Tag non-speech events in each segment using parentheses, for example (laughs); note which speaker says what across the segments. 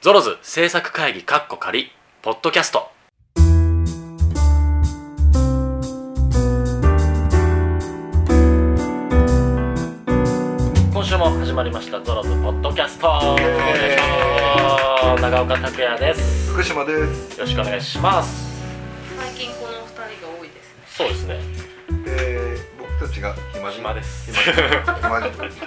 Speaker 1: ゾロズ制作会議カッコ仮ポッドキャスト今週も始まりましたゾロズポッドキャスト
Speaker 2: エ
Speaker 1: 長岡拓也です
Speaker 2: 福島です、
Speaker 1: よろしくお願いします
Speaker 3: 最近この二人が多いですね。
Speaker 1: そうですね
Speaker 2: えー、僕たちが暇人
Speaker 1: 暇です
Speaker 2: 暇人
Speaker 3: いや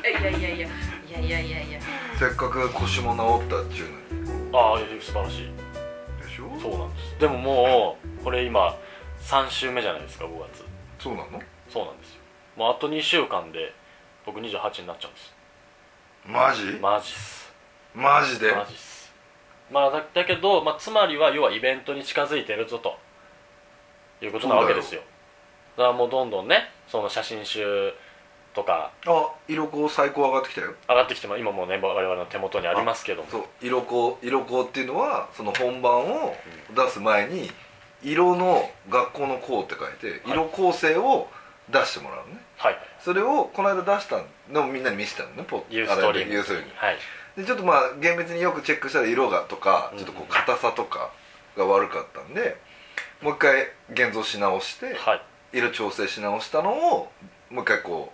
Speaker 3: いやいやいやいやいやいや。
Speaker 2: せっかく腰も治ったっちゅうのに
Speaker 1: ああ素晴らしい
Speaker 2: でしょ
Speaker 1: そうなんですでももうこれ今3週目じゃないですか5月
Speaker 2: そうなの
Speaker 1: そうなんですよもうあと2週間で僕28になっちゃうんです
Speaker 2: マジ
Speaker 1: マジっす
Speaker 2: マジで
Speaker 1: マジっすまあだだけど、まあ、つまりは要はイベントに近づいてるぞということなわけですよだからもうどんどんねその写真集とか
Speaker 2: あ色子最高上がってきたよ
Speaker 1: 上がってきても今もうね我々の手元にありますけども
Speaker 2: そう色子色子っていうのはその本番を出す前に色の学校の校って書いて
Speaker 1: はい
Speaker 2: 色構成を出してもらうのね
Speaker 1: はい
Speaker 2: それをこの間出したのをみんなに見せたのねポ
Speaker 1: ユーストリーム
Speaker 2: ユーストリーム
Speaker 1: はい
Speaker 2: でちょっとまあ厳密によくチェックしたら色がとか
Speaker 1: うん
Speaker 2: ちょっとこう硬さとかが悪かったんでもう一回現像し直して
Speaker 1: はい
Speaker 2: 色調整し直したのをもう一回こう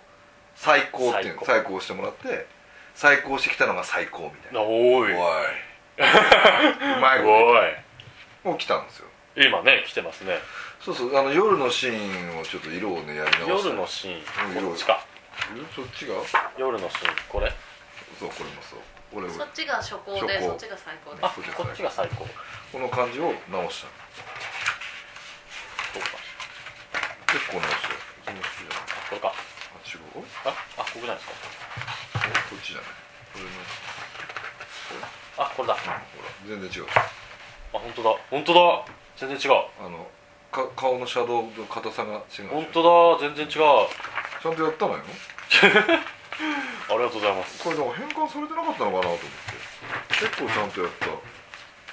Speaker 2: 最高っていうの
Speaker 1: 最
Speaker 2: 最高してもらって最高してきたのが最高みたいな
Speaker 1: お
Speaker 2: お
Speaker 1: ー
Speaker 2: い
Speaker 1: いう (laughs)
Speaker 2: まいこ
Speaker 1: お
Speaker 2: ともう来たんですよ
Speaker 1: い今ね来てますね
Speaker 2: そうそうあの夜のシーンをちょっと色をねやり直して
Speaker 1: 夜のシー
Speaker 2: うん
Speaker 1: ンこっちか
Speaker 2: そっちが
Speaker 1: 夜のシーンこれ
Speaker 2: そうこれもそうこれを
Speaker 3: そっちが初行で、
Speaker 2: 初行
Speaker 3: そっちが最高で
Speaker 1: あ
Speaker 2: こっちが
Speaker 1: こっちが最高
Speaker 2: この感じを直したの
Speaker 1: そうか
Speaker 2: 結構直したよこの人じゃない
Speaker 1: あこれか
Speaker 2: あ違う
Speaker 1: ああここじゃないですか
Speaker 2: こっちじゃないこれの
Speaker 1: あこれだ
Speaker 2: ほら全然違う
Speaker 1: あ本当だ本当だ全然違う
Speaker 2: あのか顔のシャドウの硬さが違う
Speaker 1: 本当だ全然違うあ
Speaker 2: ちゃんとやったのよ
Speaker 1: りがとうございます
Speaker 2: これでも変換されてなかったのかなと思って結構ちゃんとやった
Speaker 3: す。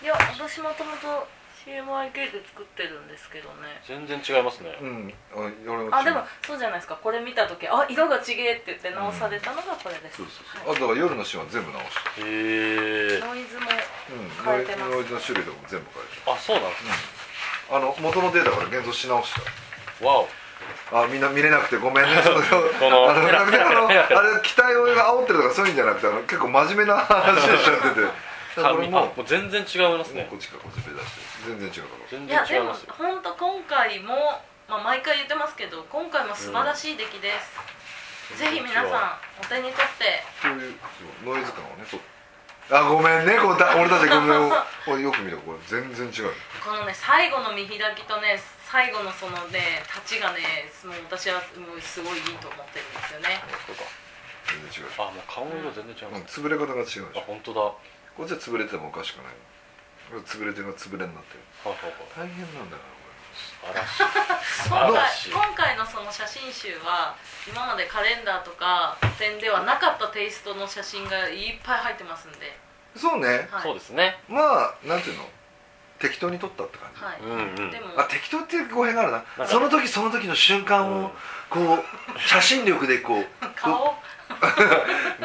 Speaker 3: いや、私もともと CMYK で作ってるんですけどね。
Speaker 1: 全然違いますね
Speaker 2: うんあ俺
Speaker 3: あ、でもそうじゃないですか。これ見た時、あ、色が違えって言って直されたのがこれです。
Speaker 2: そうそうそう
Speaker 3: は
Speaker 2: あだから夜のシーンは全部直した
Speaker 1: へえ
Speaker 3: いノイズも
Speaker 2: うん
Speaker 3: 変えてます
Speaker 2: ノイズの種類とかも全部変え
Speaker 1: あそうなんで
Speaker 2: たあの元のデータから現像し直し
Speaker 1: すわお
Speaker 2: たあみんな見れなくてごめんねその
Speaker 1: この
Speaker 2: あの
Speaker 1: ペラペラ
Speaker 2: あの
Speaker 1: ペラペラ
Speaker 2: あれ期待を煽ってるとかそういうんじゃなくてあの結構真面目な話をしちゃっててだから
Speaker 1: 紙
Speaker 2: 俺
Speaker 1: あ
Speaker 2: も
Speaker 1: もう全然違います
Speaker 2: もう
Speaker 1: ね
Speaker 2: こっちからこっちで出して全然違うから
Speaker 1: 全
Speaker 3: い
Speaker 1: 然
Speaker 3: や、で
Speaker 1: 違いま
Speaker 3: も
Speaker 1: すよ
Speaker 3: 本当今回も、まあ毎回言ってますけど、今回も素晴らしい出来です。ぜひ皆さんお手に取って。
Speaker 2: そういうそうノイズ感をねそうあごめんねこうだ俺たちごめんこれよく見たこれ全然違う
Speaker 3: このね最後の見開きとね最後のそのね立ちがねもう私はもうすごいいいと思ってるんですよね
Speaker 1: そうか
Speaker 2: 全然違、
Speaker 1: あもう顔の色全然違いうま
Speaker 2: うん、
Speaker 1: す
Speaker 2: 潰れ方が違うでしょ
Speaker 1: あ本当だは
Speaker 2: こっちは潰れててもおかしくないこれ潰れてるのが潰れになってる
Speaker 1: いはいはい
Speaker 2: 大変なんだよ
Speaker 1: 素晴らしい晴
Speaker 3: 今
Speaker 1: らしい
Speaker 3: 回今回のその写真集は今までカレンダーとか点ではなかったテイストの写真がいっぱい入ってますんで、
Speaker 2: なそうね
Speaker 3: はい、
Speaker 1: そうですね
Speaker 2: まあなんていうの適当に撮ったって感じ、
Speaker 3: はい、
Speaker 1: うんうん
Speaker 3: でも
Speaker 2: あ適当っていう語弊があるな
Speaker 1: か
Speaker 2: その時その時の瞬間
Speaker 1: うん
Speaker 2: をこう写真力でこう
Speaker 3: 顔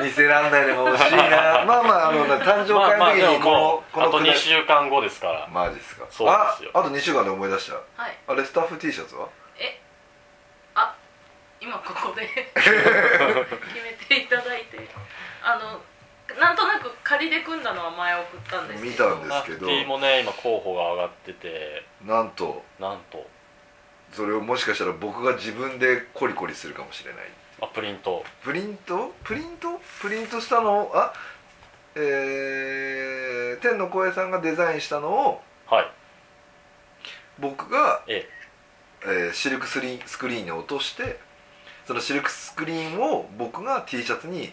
Speaker 2: 見せらんないでも欲し
Speaker 1: (laughs)
Speaker 2: いなまあまああのね誕生
Speaker 1: まあまあ
Speaker 2: 会
Speaker 1: で
Speaker 2: の
Speaker 1: も
Speaker 2: 時にこの
Speaker 1: もう
Speaker 2: こ
Speaker 1: あ
Speaker 2: の
Speaker 1: と
Speaker 2: くだ
Speaker 1: 2
Speaker 2: り
Speaker 1: 週間後ですから
Speaker 2: マジですか
Speaker 1: そうですよ
Speaker 2: ああと2週間で思い出した
Speaker 3: はい
Speaker 2: あれスタッフ T シャツは
Speaker 3: えあ今こ
Speaker 1: (laughs)
Speaker 3: こで決めていただいてあのなんとなく仮で組んだのは前送ったんですけど
Speaker 2: 見たんです
Speaker 1: まあ
Speaker 2: け
Speaker 1: T
Speaker 2: ど
Speaker 1: もね今候補が上がってて
Speaker 2: なんと
Speaker 1: なんと
Speaker 2: それをもしかしたら僕が自分でコリコリするかもしれない
Speaker 1: あプリント
Speaker 2: プリントプリントプリントしたのをあえー、天の声さんがデザインしたのを
Speaker 1: はい
Speaker 2: 僕が、
Speaker 1: え
Speaker 2: えーシルクスリースクリーンに落としてそのシルクスクリーンを僕が T シャツに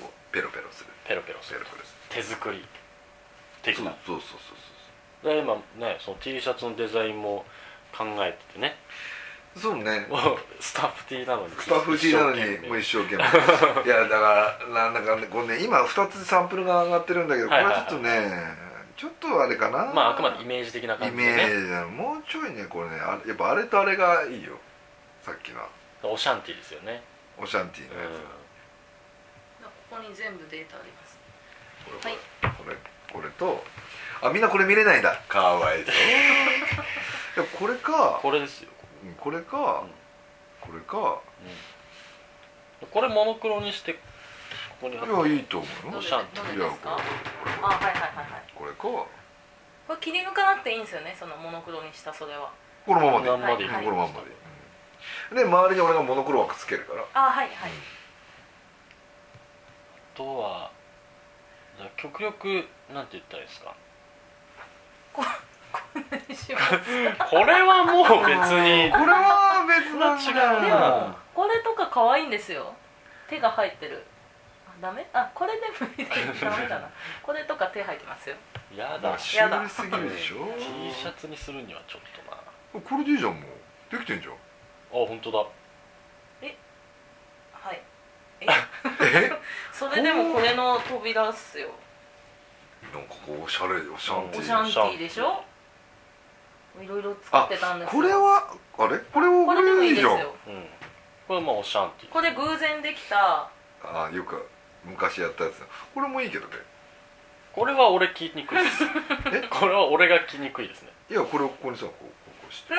Speaker 2: こうペロペロする
Speaker 1: ペロペロす
Speaker 2: ペロ
Speaker 1: る
Speaker 2: ペロす
Speaker 1: 手作り
Speaker 2: る
Speaker 1: 的
Speaker 2: そう
Speaker 1: な
Speaker 2: そうそうそう
Speaker 1: で今ねその T シャツのデザインも考えててね
Speaker 2: そうそうね
Speaker 1: もうスタッフ T なのに
Speaker 2: スタッフ T なのにもう
Speaker 1: 一
Speaker 2: 一生
Speaker 1: (laughs)
Speaker 2: 懸命いやだからなんだかねこれね今2つサンプルが上がってるんだけどこ
Speaker 1: は
Speaker 2: れ
Speaker 1: いはいはい
Speaker 2: はちょっとねちょっとあれかな
Speaker 1: 生まああくまでイメージ的な
Speaker 2: イ
Speaker 1: 感じで
Speaker 2: メ
Speaker 1: ね
Speaker 2: ージだもうちょいねこれねあれやっぱあれとあれがいいよさっきの
Speaker 1: オシャンティですよね
Speaker 2: オシャンティー
Speaker 1: う
Speaker 2: のや
Speaker 1: ん
Speaker 2: つ、
Speaker 3: ここに全部データあります
Speaker 2: これこれ、ここれとあみんなこれ見れないんだか
Speaker 1: (laughs)
Speaker 2: わいそういやこれか
Speaker 1: これですよ、
Speaker 2: うんこれか、これか
Speaker 1: うんこれモノクロにしてここにあっ
Speaker 2: いやいいと思う
Speaker 3: ど
Speaker 2: よ
Speaker 3: れ
Speaker 1: シャン
Speaker 3: ど
Speaker 2: い
Speaker 3: れ
Speaker 2: や
Speaker 3: ですか
Speaker 2: こ
Speaker 3: あはいはいはいはい
Speaker 2: れか
Speaker 3: これ切り抜かなくていいんですよねそのモノクロにしたそれは
Speaker 2: このままでいい
Speaker 1: まんまでいい、
Speaker 3: はい
Speaker 2: このまんまでいい、うんで周りに俺がモノクロ枠つけるから
Speaker 3: あはいはい
Speaker 1: あとはじゃあ極力なんて言ったらいいですか
Speaker 3: ここんなにします
Speaker 1: これはもう別に
Speaker 2: これは別なん
Speaker 1: こ
Speaker 2: だ
Speaker 1: れは違う
Speaker 3: で
Speaker 2: よ
Speaker 1: な
Speaker 3: も (laughs) これとか可愛いんですよ手が入ってるあダメあこれで無理だダメ
Speaker 2: (laughs)
Speaker 3: だなこれとか手入ってますよ
Speaker 1: や
Speaker 2: ま
Speaker 1: だ
Speaker 2: あ
Speaker 1: T
Speaker 2: シュールすぎるでしょ
Speaker 1: シャツにするにはちょっとなあ
Speaker 2: これでいいじゃんもうできてんじゃん
Speaker 1: 本当だ
Speaker 3: はい
Speaker 2: え
Speaker 3: それでもこれの扉っすよ
Speaker 2: なんかこうおしゃれおしゃん
Speaker 1: うん
Speaker 3: オ
Speaker 2: て
Speaker 3: シャンティーでしょいろいろ作ってたんですよ
Speaker 2: これはあれこれをこ
Speaker 3: これでも
Speaker 2: れ
Speaker 3: い
Speaker 2: い
Speaker 3: い
Speaker 2: い
Speaker 3: で
Speaker 2: じ
Speaker 3: す
Speaker 2: ゃん
Speaker 3: よ
Speaker 1: うんこれまあオシャンティ
Speaker 3: これ偶然できた
Speaker 2: あよく昔やったやつこれもいいけどね
Speaker 1: これは俺聞きにくいです
Speaker 2: え
Speaker 1: これは俺が聞きにくいですね
Speaker 2: いやこれをここにさこうこうこうして
Speaker 1: あ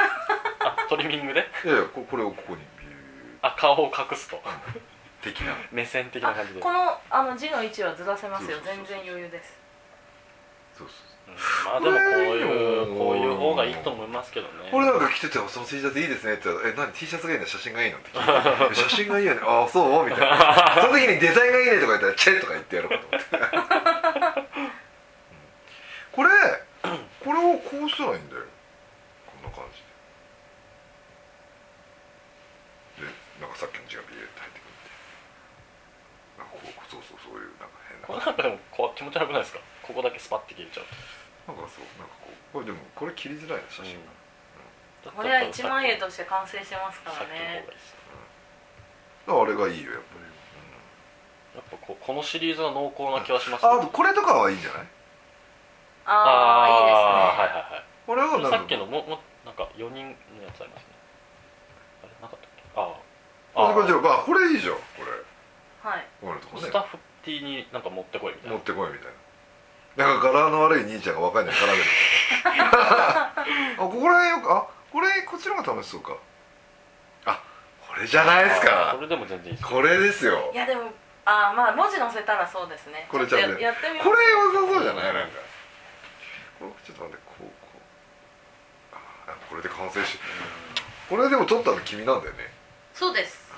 Speaker 1: トリミングで
Speaker 2: いやいやここれをここにビュー
Speaker 1: あ顔を隠
Speaker 2: (laughs)
Speaker 1: すと
Speaker 2: 的な
Speaker 1: 目線的な
Speaker 3: あ
Speaker 1: 感じで、うん
Speaker 3: このあの字の位置はずらせますよ
Speaker 2: そうそうそ
Speaker 3: 全
Speaker 2: う
Speaker 3: 然余裕です
Speaker 2: そうそう
Speaker 1: まあでもこういう、
Speaker 2: うん
Speaker 1: こういう方がいいと思いますけどね
Speaker 2: これなんか着てて「その T シャツいいですね」って言ったら「え何 T シャツがいいの写真がいいの?」って聞いて「写真がいいよねああそう?」みたいなその時に「デザインがいいね」とか言ったら「チェ」とか言ってやろうかと思ってうんこれこれをこうしたらいいんだよこんな感じででなんかさっきの字がビーって入ってくるんでなんかこうそうそうそういうなんか変
Speaker 1: (laughs)
Speaker 2: な
Speaker 1: これなんかでもこう気持ち悪くないですかここだけスパッて切れちゃう
Speaker 2: なんかそうなんかこうこれでもこれ切りづらいな写真が、
Speaker 1: と
Speaker 3: これは一万円
Speaker 1: だっ
Speaker 3: として完成してますか
Speaker 1: たら
Speaker 3: ら
Speaker 1: さっきの方がいい
Speaker 3: ね
Speaker 1: です
Speaker 2: だからあれがいいよやっぱり、
Speaker 1: やっぱこうこのシリーズは濃厚な気はします
Speaker 2: ああとこれとかはいいんじゃない
Speaker 3: あ
Speaker 1: あー
Speaker 3: あいいですね
Speaker 1: はいはいはい
Speaker 2: これは
Speaker 1: こ
Speaker 2: な
Speaker 1: れ
Speaker 2: んか
Speaker 1: さっきのももなんか4人のやつありますねあれなかったっけあ
Speaker 2: あこれじゃ
Speaker 1: ーあ
Speaker 2: あこれいいじゃんこれ
Speaker 3: はい
Speaker 2: このとこ
Speaker 1: ー
Speaker 2: ね
Speaker 1: スタッフ T になんか持ってこいみたい
Speaker 2: 持
Speaker 1: な
Speaker 2: ってこいみたいななんか柄の悪い兄ちゃんが若いの
Speaker 1: (laughs)
Speaker 2: に絡めるあここら辺よくあこれこっちの方が楽しそうかあこれじゃないです
Speaker 1: あー
Speaker 2: か
Speaker 1: これでも全然いいです
Speaker 2: これですよ
Speaker 3: いやでもああまあ文字載せたらそうですね
Speaker 2: これ
Speaker 3: ちょっ
Speaker 2: じゃ
Speaker 3: と
Speaker 2: あね
Speaker 3: ややってみます
Speaker 2: これ良さそうじゃないなんかこれちょっと待ってこうこうあこれで完成しこれでも撮ったの君なんだよね
Speaker 3: そうです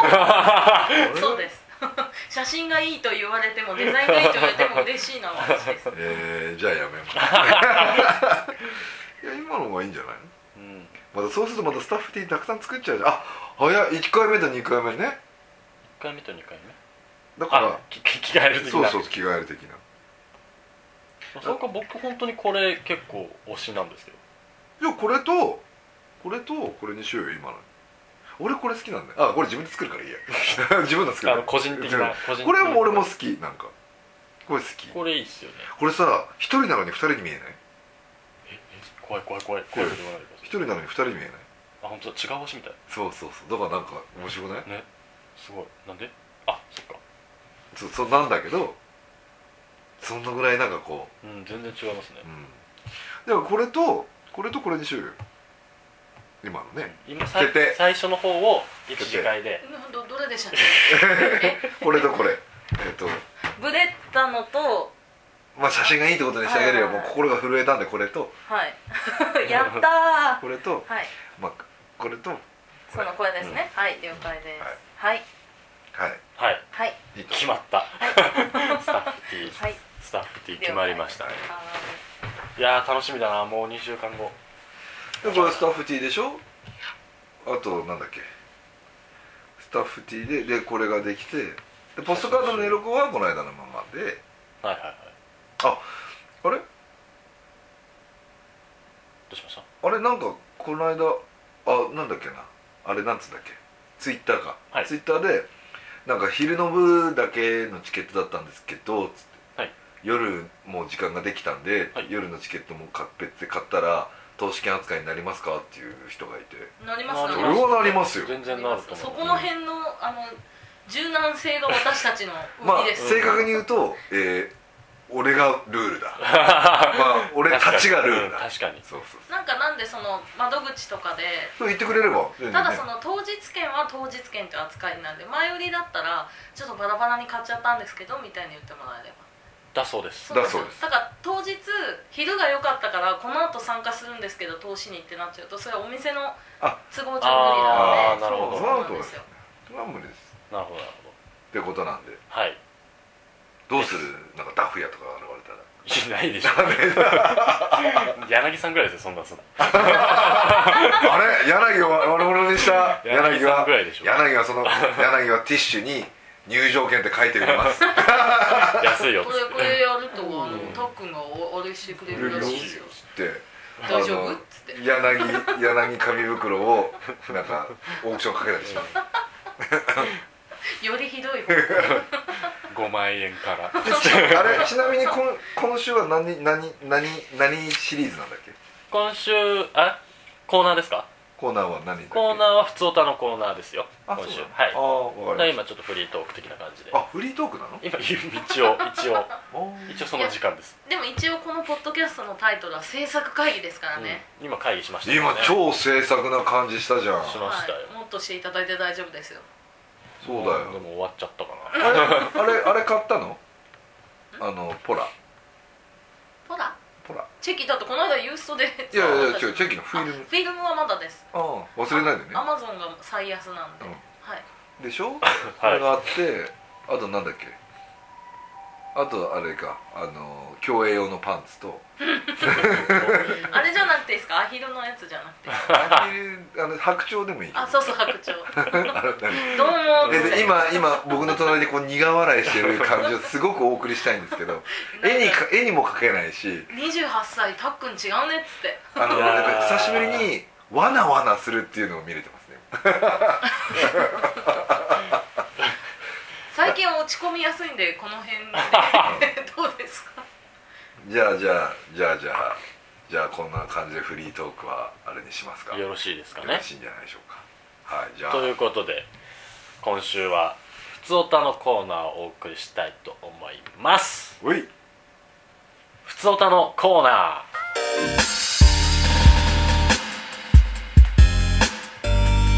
Speaker 2: あれ
Speaker 3: そうです。 (laughs) 写真がいいと言われてもデザインがいいと言われても嬉しいのは私
Speaker 2: (laughs)
Speaker 3: です。
Speaker 2: えー、じゃあやめます
Speaker 1: (laughs)
Speaker 2: いや今の方がいいんじゃないの
Speaker 1: うん
Speaker 2: またそうするとまたスタッフティーたくさん作っちゃうじゃんあ早い1回目と2回目ね
Speaker 1: 1回目と2回目
Speaker 2: だか
Speaker 1: あ
Speaker 2: ら
Speaker 1: き (laughs) き着替える的
Speaker 2: そう
Speaker 1: な
Speaker 2: そう着替える的な
Speaker 1: そうか僕本当にこれ結構推しなんですけど
Speaker 2: じゃあこれとこれとこれにしようよ今の俺これ好きなんだよあこれ自分で作るからいいや (laughs) 自分の作る
Speaker 1: あの個人的な個人的な
Speaker 2: これも俺も好きなんかこれ好き
Speaker 1: これいいっすよね
Speaker 2: これさ1人なのに2人に見えない
Speaker 1: ええ怖い怖い怖い怖いこと言わないでくださ
Speaker 2: 1人なのに2人に見えない
Speaker 1: いあ本当だ違う星みたい
Speaker 2: そうそうそうだからなんか面白くない
Speaker 1: ねすごいなんであそっか
Speaker 2: そうそうなんだけどそんなぐらいなんかこ
Speaker 1: うん全然違いますね
Speaker 2: ううんでもこれとこれとこれにしようよ今のね
Speaker 1: 今さい
Speaker 2: 決定
Speaker 1: 最初の方を一次会で
Speaker 3: どどれでしたっけ？
Speaker 2: これとこれえっと
Speaker 3: ブレたのと
Speaker 2: まあ写真がいいってことにしてあげるよ
Speaker 3: はい
Speaker 2: も
Speaker 3: は
Speaker 2: う
Speaker 3: いはい
Speaker 2: 心が震えたんでこれと
Speaker 3: は
Speaker 2: (laughs)
Speaker 3: いやったーは
Speaker 2: これと
Speaker 3: い
Speaker 2: まあこれとはい
Speaker 3: そのこれですね、はい了解ですはい
Speaker 1: はい
Speaker 3: はい
Speaker 2: いいと
Speaker 1: 決まったスタッフ T
Speaker 3: はい
Speaker 1: (laughs) スタッフ T 決まりました
Speaker 2: はい
Speaker 3: あ
Speaker 1: いやー楽しみだなもう2週間後
Speaker 2: でこれスタッフ T でしょあとなんだっけスタッフ T ででこれができてでポストカードのエロコはこの間のままで
Speaker 1: はいはいはい
Speaker 2: あれ
Speaker 1: どうしました
Speaker 2: あれなんかこの間あなんだっけなあれなんつうんだっけツイッターか、
Speaker 1: はい
Speaker 2: ツイッターでなんか昼の部だけのチケットだったんですけどつって、
Speaker 1: はい
Speaker 2: 夜もう時間ができたんで、
Speaker 1: はい
Speaker 2: 夜のチケットも買ってって買ったら投資券扱いになりますかっていう人がいて
Speaker 3: ーなります
Speaker 2: そ
Speaker 3: な
Speaker 2: れ
Speaker 3: りま
Speaker 2: はなりますよ
Speaker 1: 全
Speaker 3: す
Speaker 1: 然
Speaker 3: なり
Speaker 1: な
Speaker 3: ま
Speaker 1: ると
Speaker 3: す
Speaker 1: 思う
Speaker 3: そこの辺のあの柔軟性が私たちの
Speaker 2: まあ
Speaker 3: 売りです、
Speaker 2: 正確に言うと、えー俺がルール
Speaker 1: (laughs)
Speaker 2: だまあ (laughs) 俺たちがルールだ
Speaker 1: 確かにうん
Speaker 2: そうそう
Speaker 3: なんかなんでその窓口とかで
Speaker 2: そう言ってくれれば全然ね
Speaker 3: ただその当日券は当日券という扱いなんで前売りだったらちょっとバラバラに買っちゃったんですけどみたいに言ってもらえれば
Speaker 1: だそうです
Speaker 2: だそうです
Speaker 3: だから当日昼が良かったからこの後参加するんですけど投資にってなっちゃうとそれはお店の
Speaker 2: あ
Speaker 3: 都合上無理なの
Speaker 1: あー
Speaker 3: で
Speaker 1: なるほど
Speaker 2: そうそうな
Speaker 3: そうなんですよ
Speaker 2: ん無理です
Speaker 1: なるほどなるほど
Speaker 2: ってことなんで
Speaker 1: はい
Speaker 2: どうするなんかダフ屋とか現れた
Speaker 1: いな
Speaker 2: ら
Speaker 1: いでしょ (laughs) 柳さんぐらいですよそんなんすんの
Speaker 2: あれ柳を悪者にした
Speaker 1: 柳
Speaker 2: 柳
Speaker 1: さん
Speaker 2: は
Speaker 1: ぐらいでしょ
Speaker 2: 柳はその柳はティッシュに入場券って書いてみます
Speaker 1: 安いよっ
Speaker 3: こ
Speaker 1: つ
Speaker 3: れこ
Speaker 1: っ
Speaker 3: れやるとあのたっくんがおお礼してくれるらしいですよ
Speaker 2: って
Speaker 3: 大丈夫
Speaker 2: あの
Speaker 3: っつって
Speaker 2: 柳柳紙袋をなんかオークションかけたりし
Speaker 3: (laughs)
Speaker 2: ます
Speaker 3: よりひどい方向
Speaker 1: て5万円から
Speaker 2: あれちなみに今今週は何何何何シリーズなんだっけ
Speaker 1: 今週あコーナーですか
Speaker 2: コーナーは何だっけ
Speaker 1: コーナーは普通歌のコーナーですよ
Speaker 2: あ
Speaker 1: 今
Speaker 2: そう
Speaker 1: 週
Speaker 2: なの
Speaker 1: はい
Speaker 2: あーわか
Speaker 1: だ
Speaker 2: りま
Speaker 1: 今ちょっとフリートーク的な感じで
Speaker 2: したあフリートークなの
Speaker 1: 今一応一応一応その時間です、
Speaker 3: でも一応このポッドキャストのタイトルは制作会議ですからね、
Speaker 1: うん今会議しましたから
Speaker 2: 今超制作な感じしたじゃん
Speaker 1: し
Speaker 2: そ
Speaker 1: ま
Speaker 3: は
Speaker 1: したよ
Speaker 3: い、もっとしていただいて大丈夫ですよ
Speaker 2: うだ
Speaker 1: でも
Speaker 2: よ
Speaker 1: 終わっちゃったか
Speaker 2: あ
Speaker 1: な
Speaker 2: れ (laughs) あれあれ買ったのあのポラ
Speaker 3: ほら
Speaker 2: ポラ
Speaker 3: チェキだってこの間ユーストで
Speaker 2: いやいや違う
Speaker 3: あ
Speaker 2: チェキのフ
Speaker 3: フ
Speaker 2: ィ
Speaker 3: ィ
Speaker 2: ル
Speaker 3: ルム
Speaker 2: ム
Speaker 3: はまだです
Speaker 2: ああ忘れないでね
Speaker 3: アマゾンが最安なんで、
Speaker 2: うん
Speaker 3: はい
Speaker 2: でしょ、これがあってあとなんだっけあとあれかあの競泳用のパンツと
Speaker 3: あれじゃなくていいですかアヒルのやつじゃなくて
Speaker 2: あ
Speaker 3: (laughs)
Speaker 2: の白鳥でもいいけど
Speaker 3: あそうそう白
Speaker 2: (laughs)
Speaker 3: 鳥
Speaker 2: あれ何
Speaker 3: どうも
Speaker 2: でで今今僕の隣でこう苦笑いしてる感じをすごくお送りしたいんですけど絵にか絵にも描けないし
Speaker 3: 28歳たっくん違うねっつって
Speaker 2: あの
Speaker 1: いやー
Speaker 2: なんか久しぶりにわなわなするっていうのを見れてますね
Speaker 3: 最近落ち込みやすいんでこの辺で
Speaker 2: (laughs)
Speaker 3: どうですか
Speaker 2: じゃあじゃあじゃあじゃあじゃあこんな感じでフリートークはあれにしますか
Speaker 1: よろしいですか
Speaker 2: よ (laughs)
Speaker 1: ね
Speaker 2: ろしいんじゃないでしょうかはいじゃあ
Speaker 1: ということで今週は「ふつおた」のコーナーをお送りしたいと思います
Speaker 2: おい
Speaker 1: 「ふつおた」のコーナ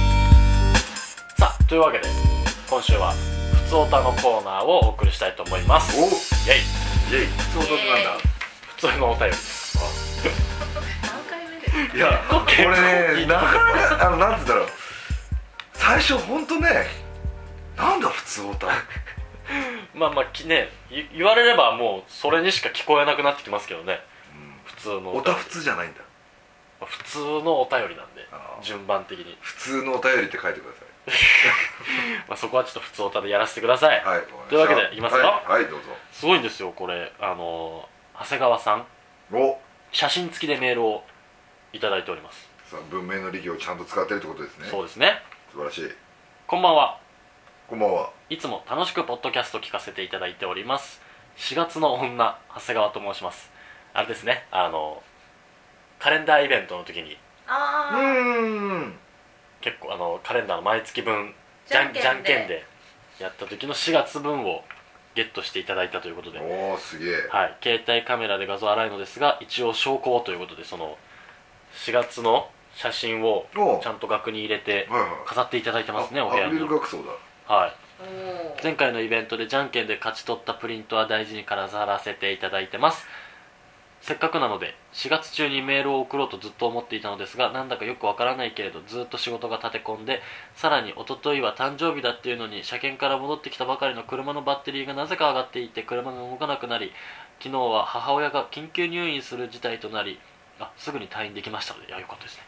Speaker 1: ーさあというわけで今週は「ふつおた」のコーナーをお送りしたいと思いますイ
Speaker 2: お
Speaker 1: ェイ
Speaker 2: イェイ普通男なんだ
Speaker 1: 普通のお便りです
Speaker 3: 何回目ですか
Speaker 2: いや
Speaker 1: こ
Speaker 2: これねなかなかあのなんつうんだろう最初本当ねなんだ普通オタ
Speaker 1: まあまあきねい言われればもうそれにしか聞こえなくなってきますけどね普通の
Speaker 2: オタ普通じゃないんだ
Speaker 1: 普通のお便りなんで
Speaker 2: あー
Speaker 1: 順番的に、
Speaker 2: 普通のお便りって書いてくださ
Speaker 1: まあ、そこはちょっと普通おたでやらせてください、
Speaker 2: いはい
Speaker 1: というわけでいきますよ
Speaker 2: はい、はい、どうぞ
Speaker 1: すごいんですよこれあのー長谷川さん
Speaker 2: お
Speaker 1: 写真付きでメールをいただいております、
Speaker 2: さあ文明の利器をちゃんと使ってるってことですね
Speaker 1: そうですね
Speaker 2: 素晴らしい
Speaker 1: こんばんは
Speaker 2: こんばんはい
Speaker 1: つも楽しくポッドキャスト聞かせていただいております4月の女長谷川と申しますあれですねあのーカレンダーイベントの時に
Speaker 2: う
Speaker 3: ああ、
Speaker 2: ーん
Speaker 1: 結構あのカレンダーの毎月分じ
Speaker 3: じ
Speaker 1: ゃ
Speaker 3: ゃ
Speaker 1: ん
Speaker 3: ん
Speaker 1: け
Speaker 3: け
Speaker 1: ん
Speaker 3: んで
Speaker 1: でやった時の4月分をゲットしていただいたということで、は
Speaker 2: おおすげえ
Speaker 1: い、携帯カメラで画像荒いのですが一応証拠をということでその4月の写真を
Speaker 2: お
Speaker 1: ちゃんと額に入れて
Speaker 2: はいはい
Speaker 1: 飾っていただいてますねお部
Speaker 2: あ
Speaker 1: 屋
Speaker 2: アクリ
Speaker 1: に
Speaker 2: ル、額装だ
Speaker 1: はい、
Speaker 3: おー
Speaker 1: 前回のイベントでじゃんけんで勝ち取ったプリントは大事に飾らせていただいてますせっかくなので4月中にメールを送ろうとずっと思っていたのですがなんだかよくわからないけれどずっと仕事が立て込んでさらに一昨日は誕生日だっていうのに車検から戻ってきたばかりの車のバッテリーがなぜか上がっていて車が動かなくなり昨日は母親が緊急入院する事態となりあすぐに退院できましたのでいやよかったですね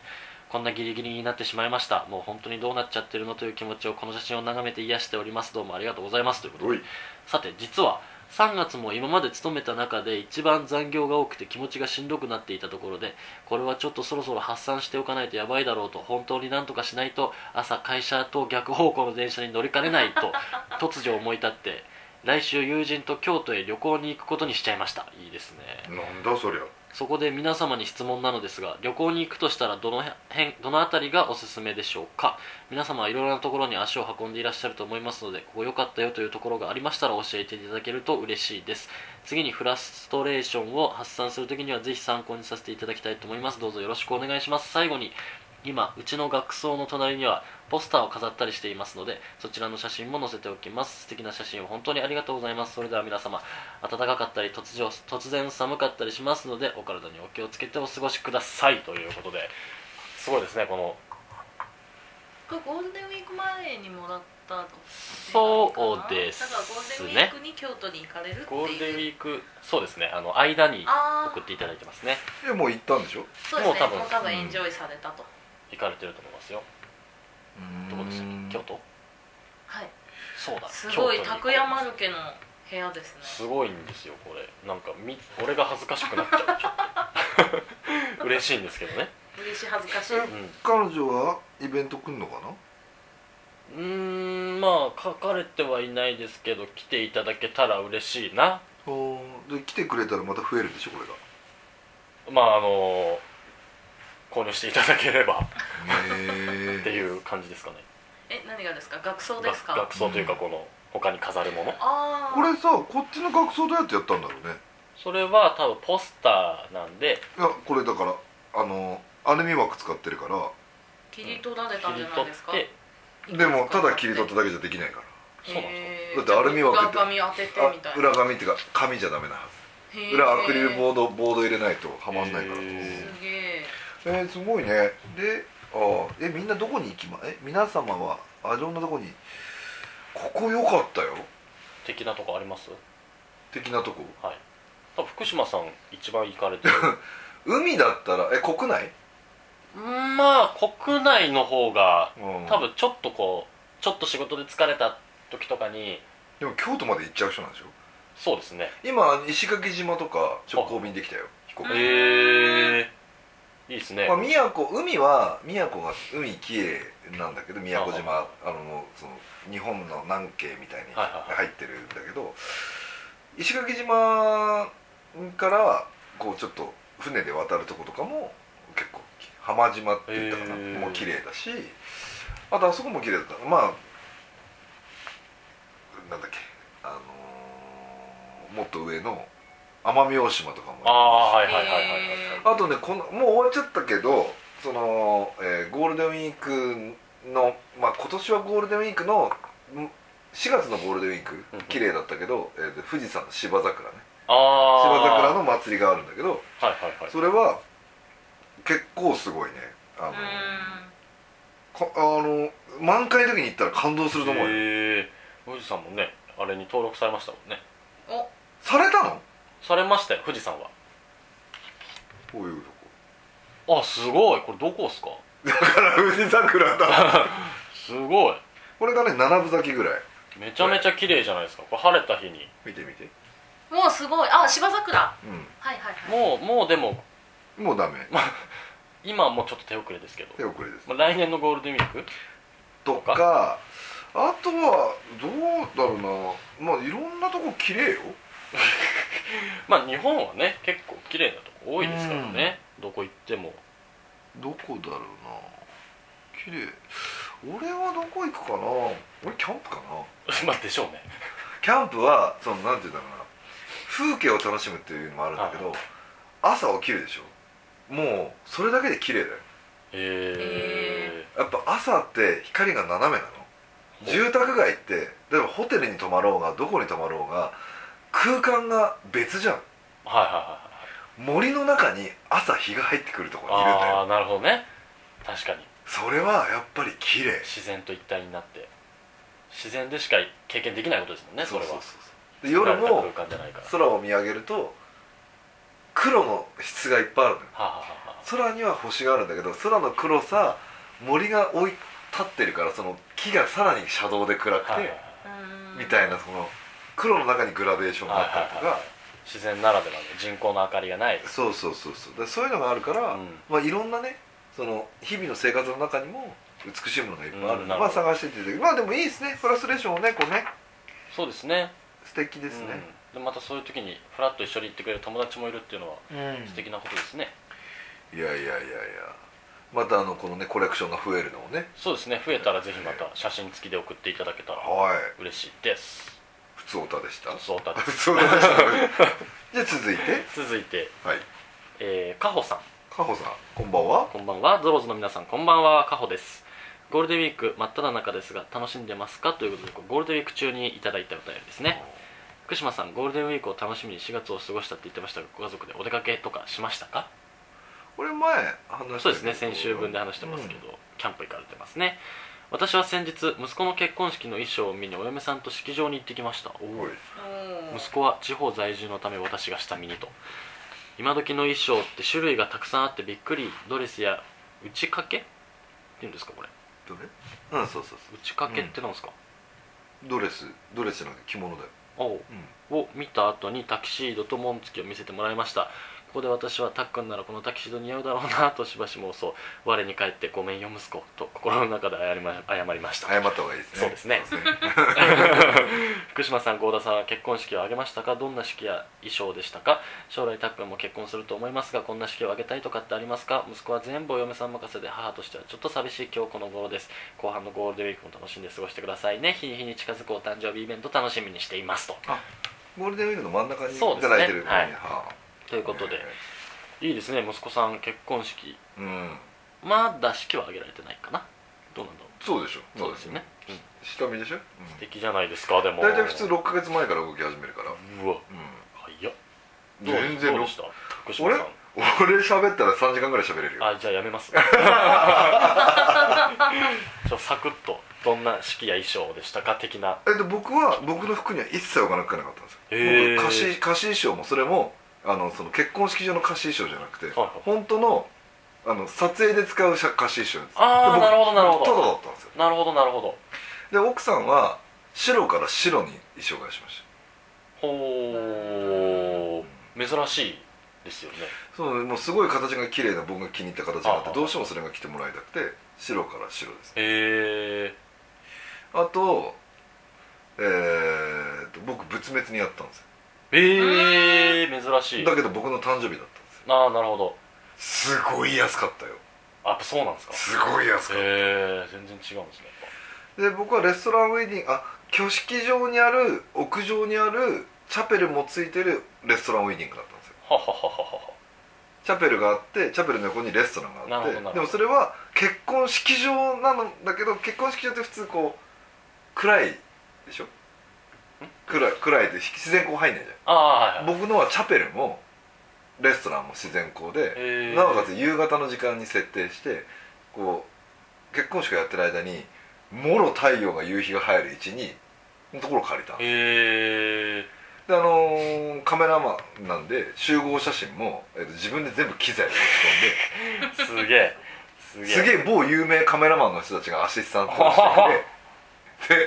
Speaker 1: こんなギリギリになってしまいましたもう本当にどうなっちゃってるのという気持ちをこの写真を眺めて癒しておりますどうもありがとうございますということで
Speaker 2: おい
Speaker 1: さて実は3月も今まで勤めた中で一番残業が多くて気持ちがしんどくなっていたところでこれはちょっとそろそろ発散しておかないとやばいだろうと本当になんとかし (laughs) ないと朝会社と逆方向の電車に乗りかねないと突如思い立って来週友人と京都へ旅行に行くことにしちゃいましたいいですね
Speaker 2: なんだそりゃ
Speaker 1: そこで皆様に質問なのですが旅行に行くとしたらどの辺どの辺りがおすすめでしょうか皆様はいろいろなところに足を運んでいらっしゃると思いますのでここ良かったよというところがありましたら教えていただけると嬉しいです次にフラストレーションを発散するときにはぜひ参考にさせていただきたいと思いますどうぞよろしくお願いします最後に今うちの学装の隣にはポスターを飾ったりしていますのでそちらの写真も載せておきます素敵な写真を本当にありがとうございますそれでは皆様暖かかったり突如突然寒かったりしますのでお体にお気をつけてお過ごしくださいということですごいですねこの
Speaker 3: これゴールデンウィーク前にもらったの
Speaker 1: そうですね
Speaker 3: だからゴールデンウィークに京都に行かれるっていう
Speaker 1: ゴールデンウィークそうですねあの間に
Speaker 3: あー
Speaker 1: 送っていただいてますね
Speaker 2: えもう行ったんでしょ
Speaker 3: そうで
Speaker 1: も
Speaker 3: すね
Speaker 1: う多分
Speaker 3: もう多分エンジョイされたと、
Speaker 1: 行かれてると思いますよどこでしたっけ京都
Speaker 3: はい
Speaker 1: そうだ
Speaker 3: すごい
Speaker 1: 京都に行こ
Speaker 3: 拓
Speaker 1: う
Speaker 3: 山家の部屋ですね
Speaker 1: すごいんですよこれなんかみ俺が恥ずかしくなっちゃうちょっと (laughs) 嬉しいんですけどね
Speaker 3: 嬉しい恥ずかしい
Speaker 2: 彼女はイベント来んのかな
Speaker 1: うんうーんまあ書かれてはいないですけど来ていただけたら嬉しいな
Speaker 2: で来てくれたらまた増えるでしょこれが
Speaker 1: まああの購入していただければ (laughs)
Speaker 2: へ
Speaker 1: って
Speaker 2: え
Speaker 1: いう感じですかね
Speaker 3: え何がですか学装です
Speaker 1: 学
Speaker 3: か
Speaker 1: 学装というかこの他に飾るもの
Speaker 3: ああ
Speaker 2: これさこっちの学装どうやってやったんだろうね
Speaker 1: それは多分ポスターなんで
Speaker 2: いやこれだからあのアルミ枠使ってるか
Speaker 3: 切り取られたん
Speaker 1: 切
Speaker 3: じ
Speaker 1: り
Speaker 3: ゃない
Speaker 1: 取
Speaker 3: ですか
Speaker 1: って
Speaker 2: らでもただ切り取っただけじゃできないか
Speaker 1: そうなんですよ
Speaker 3: へ
Speaker 2: だってアルミ枠って
Speaker 3: 裏紙当てて
Speaker 2: ら
Speaker 3: みたい
Speaker 2: あ
Speaker 3: な
Speaker 2: 裏紙っていうか紙じゃダメなは
Speaker 3: へ
Speaker 2: ず
Speaker 3: ー
Speaker 2: 裏アクリルボードボード入れないとはまんないから
Speaker 1: へー
Speaker 3: すげえ
Speaker 2: えー、すごいねであーえみんなどこに行きまえ皆様はあいろんなとこにここ良かったよ
Speaker 1: 的なとこあります
Speaker 2: 的なとこ
Speaker 1: はい多分福島さん一番行かれてる
Speaker 2: 海だったらえ国内
Speaker 1: まあ国内の方が多
Speaker 2: 多
Speaker 1: 分ちょっとこうちょっと仕事で疲れた時とかに
Speaker 2: でも京都まで行っちゃう人なんでしょ
Speaker 1: そうですね
Speaker 2: 今石垣島とか直行便できたよ飛行機
Speaker 3: うん
Speaker 2: で、
Speaker 1: へえいいですね
Speaker 2: まあ、宮古海は宮古が海きれいなんだけど宮古島あのもうその日本の南京みたいに
Speaker 1: はいはい
Speaker 2: 入ってるんだけど、石垣島からこうちょっと船で渡るとことかも結構き浜島って言ったかな、
Speaker 1: へー
Speaker 2: もう綺麗だしあとあそこも綺麗だったまあなんだっけあのーもっと上の奄美大島とかも
Speaker 1: ああはいはいはいはいはい
Speaker 3: へ
Speaker 2: あとねこのもう終わっちゃったけどその、えーゴールデンウィークのまあ今年はゴールデンウィークのん4月のゴールデンウィーク
Speaker 1: うんうん
Speaker 2: 綺麗だったけど、えーと富士山の芝桜ね
Speaker 1: あ
Speaker 2: 芝
Speaker 1: あ
Speaker 2: 桜の祭りがあるんだけど
Speaker 1: はいはいはい
Speaker 2: それは結構すごいねあの
Speaker 3: うーん
Speaker 2: かあの満開の時に行ったら感動すると思うよ
Speaker 1: へえ富士山もねあれに登録されましたもんね
Speaker 3: お
Speaker 2: されたの
Speaker 1: されましたよ富士山は
Speaker 2: こういうとこ
Speaker 1: あすごいこれどこですか
Speaker 2: だから富士桜だ
Speaker 1: すごい
Speaker 2: これがね7分咲きぐらい
Speaker 1: めちゃめちゃ綺麗じゃないですかこれ晴れた日に
Speaker 2: 見て見て
Speaker 3: もうすごいあ芝桜はいはいはい
Speaker 1: もうもうでも
Speaker 2: うんもうダメ
Speaker 1: 今はもうちょっと手遅れですけど
Speaker 2: 手遅れです
Speaker 1: まあ来年のゴールデンウィーク
Speaker 2: と
Speaker 1: と
Speaker 2: かあとはどうだろうなまあいろんなとこ綺麗よ
Speaker 1: まあ日本はね結構綺麗なとこ多いですからねどこ行っても (laughs)
Speaker 2: どこだろうな綺麗俺はどこ行くかな俺キャンプかな
Speaker 1: まあでしょうね
Speaker 2: キャンプはそのなんて言うんだろうな風景を楽しむっていうのもあるんだけど朝起きるでしょもうそれだけで綺麗だよ
Speaker 1: え
Speaker 2: やっぱ朝って光が斜めなの
Speaker 1: ほう
Speaker 2: 住宅街って例えばホテルに泊まろうがどこに泊まろうが空間が別じゃん
Speaker 1: ー、はいはいはいはい
Speaker 2: 森の中に朝日が入ってくるところにいるんだ
Speaker 1: あ
Speaker 2: よ
Speaker 1: あーなるほどね確かに
Speaker 2: それはやっぱり綺麗
Speaker 1: 自然と一体になって自然でしか経験できないことですもんねそれは
Speaker 2: うそうで夜
Speaker 1: 作られ
Speaker 2: も
Speaker 1: た空間じゃないから
Speaker 2: 空を見上げると黒の質がいっぱいあるのよ
Speaker 1: はあ、はあはあ、
Speaker 2: 空には星があるんだけど空の黒さ森が追い立ってるからその木がさらにシャドウで暗くて、
Speaker 1: はいはいは
Speaker 3: うーん
Speaker 2: みたい
Speaker 3: な
Speaker 2: なその黒の中にグラデーションがあったりとか、
Speaker 1: はいはいはいい自然ならではの人工の明かりがない
Speaker 2: そうそうそうそうでそういうのがあるから、
Speaker 1: うん
Speaker 2: まあいろんなねその日々の生活の中にも美しいものがいっぱいある,、
Speaker 1: うんなる
Speaker 2: ま
Speaker 1: ほ
Speaker 2: あ
Speaker 1: ど
Speaker 2: 探していってまあでもいいですねフラストレーションをねこうね
Speaker 1: そうですね
Speaker 2: 素敵ですね、
Speaker 1: うんでまたそういう時にフラッと一緒に行ってくれる友達もいるっていうのは
Speaker 2: うん
Speaker 1: 素敵なことですね、
Speaker 2: いやいやいやいやまたあのこのねコレクションが増えるのをね
Speaker 1: そうですね増えたらぜひまた写真付きで送っていただけたら
Speaker 2: はい
Speaker 1: 嬉しいです
Speaker 2: 普通オタでした
Speaker 1: そうだ
Speaker 2: 普通オタでした
Speaker 1: (laughs)
Speaker 2: じゃあ (laughs) 続いて
Speaker 1: 続いて、
Speaker 2: はい
Speaker 1: えー、カホさん
Speaker 2: かほさんこんばんは
Speaker 1: こんばんはゾロズの皆さんこんばんはカホですゴールデンウィーク真っ只中ですが楽しんでますかということでこれゴールデンウィーク中にいただいたお便りですね福島さんゴールデンウィークを楽しみに4月を過ごしたって言ってましたがご家族でお出かけとかしましたか
Speaker 2: これ前話した
Speaker 1: そうですね先週分で話してますけど、キャンプ行かれてますね私は先日息子の結婚式の衣装を見にお嫁さんと式場に行ってきました
Speaker 2: うん、おい
Speaker 3: うん
Speaker 1: 息子は地方在住のため私が下見にと今時の衣装って種類がたくさんあってびっくりドレスや打ち掛けっていうんですかこれ
Speaker 2: どれうんそうそう
Speaker 1: 打ち掛けってなんですか、
Speaker 2: そうドレスドレスじゃなくて着物だよ
Speaker 1: おうを見た後にタキシードと紋付きを見せてもらいましたここで私はタックンならこのタキシード似合うだろうなとしばし妄想我に返ってごめんよ息子と心の中で謝りま謝りま
Speaker 2: (laughs)
Speaker 1: した
Speaker 2: 謝った方がいいですね
Speaker 1: そうですね
Speaker 2: そうですね
Speaker 1: 福島さん郷田さんは結婚式を挙げましたかどんな式や衣装でしたか将来たっくんも結婚すると思いますがこんな式を挙げたいとかってありますか息子は全部お嫁さん任せで母としてはちょっと寂しい今日この頃です後半のゴールデンウィークも楽しんで過ごしてくださいね日に日に近づくお誕生日イベント楽しみにしていますと
Speaker 2: (laughs) ゴールデンウィークの真ん中にい
Speaker 1: そうですね
Speaker 2: ただいてるのに
Speaker 1: はい
Speaker 2: は
Speaker 1: という
Speaker 2: と
Speaker 1: ことで、いいですね息子さん結婚式
Speaker 2: うん
Speaker 1: まだ式は挙げられてないかなどうなんだろ
Speaker 2: そうでしょ
Speaker 1: うそうですよね、うん、
Speaker 2: 下見でしょ、うん
Speaker 1: 素敵じゃないですかでも
Speaker 2: 大体普通6ヶ月前から動き始めるから、
Speaker 1: うわ
Speaker 2: う
Speaker 1: 早っ
Speaker 2: ん、
Speaker 1: どう
Speaker 2: 全然
Speaker 1: どう
Speaker 2: ろ
Speaker 1: でした福島
Speaker 2: 俺
Speaker 1: さん
Speaker 2: 俺喋ったら3時間ぐらい喋れるよ
Speaker 1: あじゃあやめ (laughs) ますちょサクッとどんな式や衣装でしたか的な
Speaker 2: えっと僕は僕の服には一切お金かけなかったんですよ、
Speaker 1: へー
Speaker 2: 僕貸し貸し衣装もそれもあのその結婚式場の貸し衣装じゃなくて、
Speaker 1: はいはい
Speaker 2: 本当のあの撮影で使うしゃ貸し衣装です
Speaker 1: あー
Speaker 2: で
Speaker 1: な
Speaker 2: 僕
Speaker 1: るほどなるほど
Speaker 2: タダだったんですよ
Speaker 1: なるほどなるほど
Speaker 2: で奥さんは白から白に衣装替えしました
Speaker 1: ほう珍しいですよね
Speaker 2: そうもうすごい形が綺麗な僕が気に入った形があっ
Speaker 1: あ
Speaker 2: て
Speaker 1: あ
Speaker 2: どうしてもそれが着てもらいたくて白から白です
Speaker 1: へえ
Speaker 2: あとえーっと僕仏滅にやったんですよ
Speaker 1: えー、珍しい
Speaker 2: だけど僕の誕生日だったんですよ
Speaker 1: ああなるほど
Speaker 2: すごい安かったよ
Speaker 1: あやっぱそうなんですか
Speaker 2: すごい安かっ
Speaker 1: へえ全然違うんですねやった
Speaker 2: で僕はレストランウェディングあ挙式場にある屋上にあるチャペルもついてるレストランウェディングだったんですよ
Speaker 1: ぱははははは
Speaker 2: チャペルがあってチャペルの横にレストランがあ
Speaker 1: なるほどなる
Speaker 2: っ
Speaker 1: ほど
Speaker 2: てでもそれは結婚式場なのだけど結婚式場って普通こう暗いでしょ暗い暗いで自然光入んないじ
Speaker 1: ああはい
Speaker 2: ゃん
Speaker 1: はい
Speaker 2: 僕のはチャペルもレストランも自然光で
Speaker 1: へー
Speaker 2: なおかつ夕方の時間に設定してこう結婚式をやってる間にもろ太陽が夕日が入る位置にのところを借りたの
Speaker 1: へえ
Speaker 2: であのーカメラマンなんで集合写真も、えっと、自分で全部機材を持ち込んです
Speaker 1: げえす
Speaker 2: すげえ某有名カメラマンの人たちがアシスタントをしててで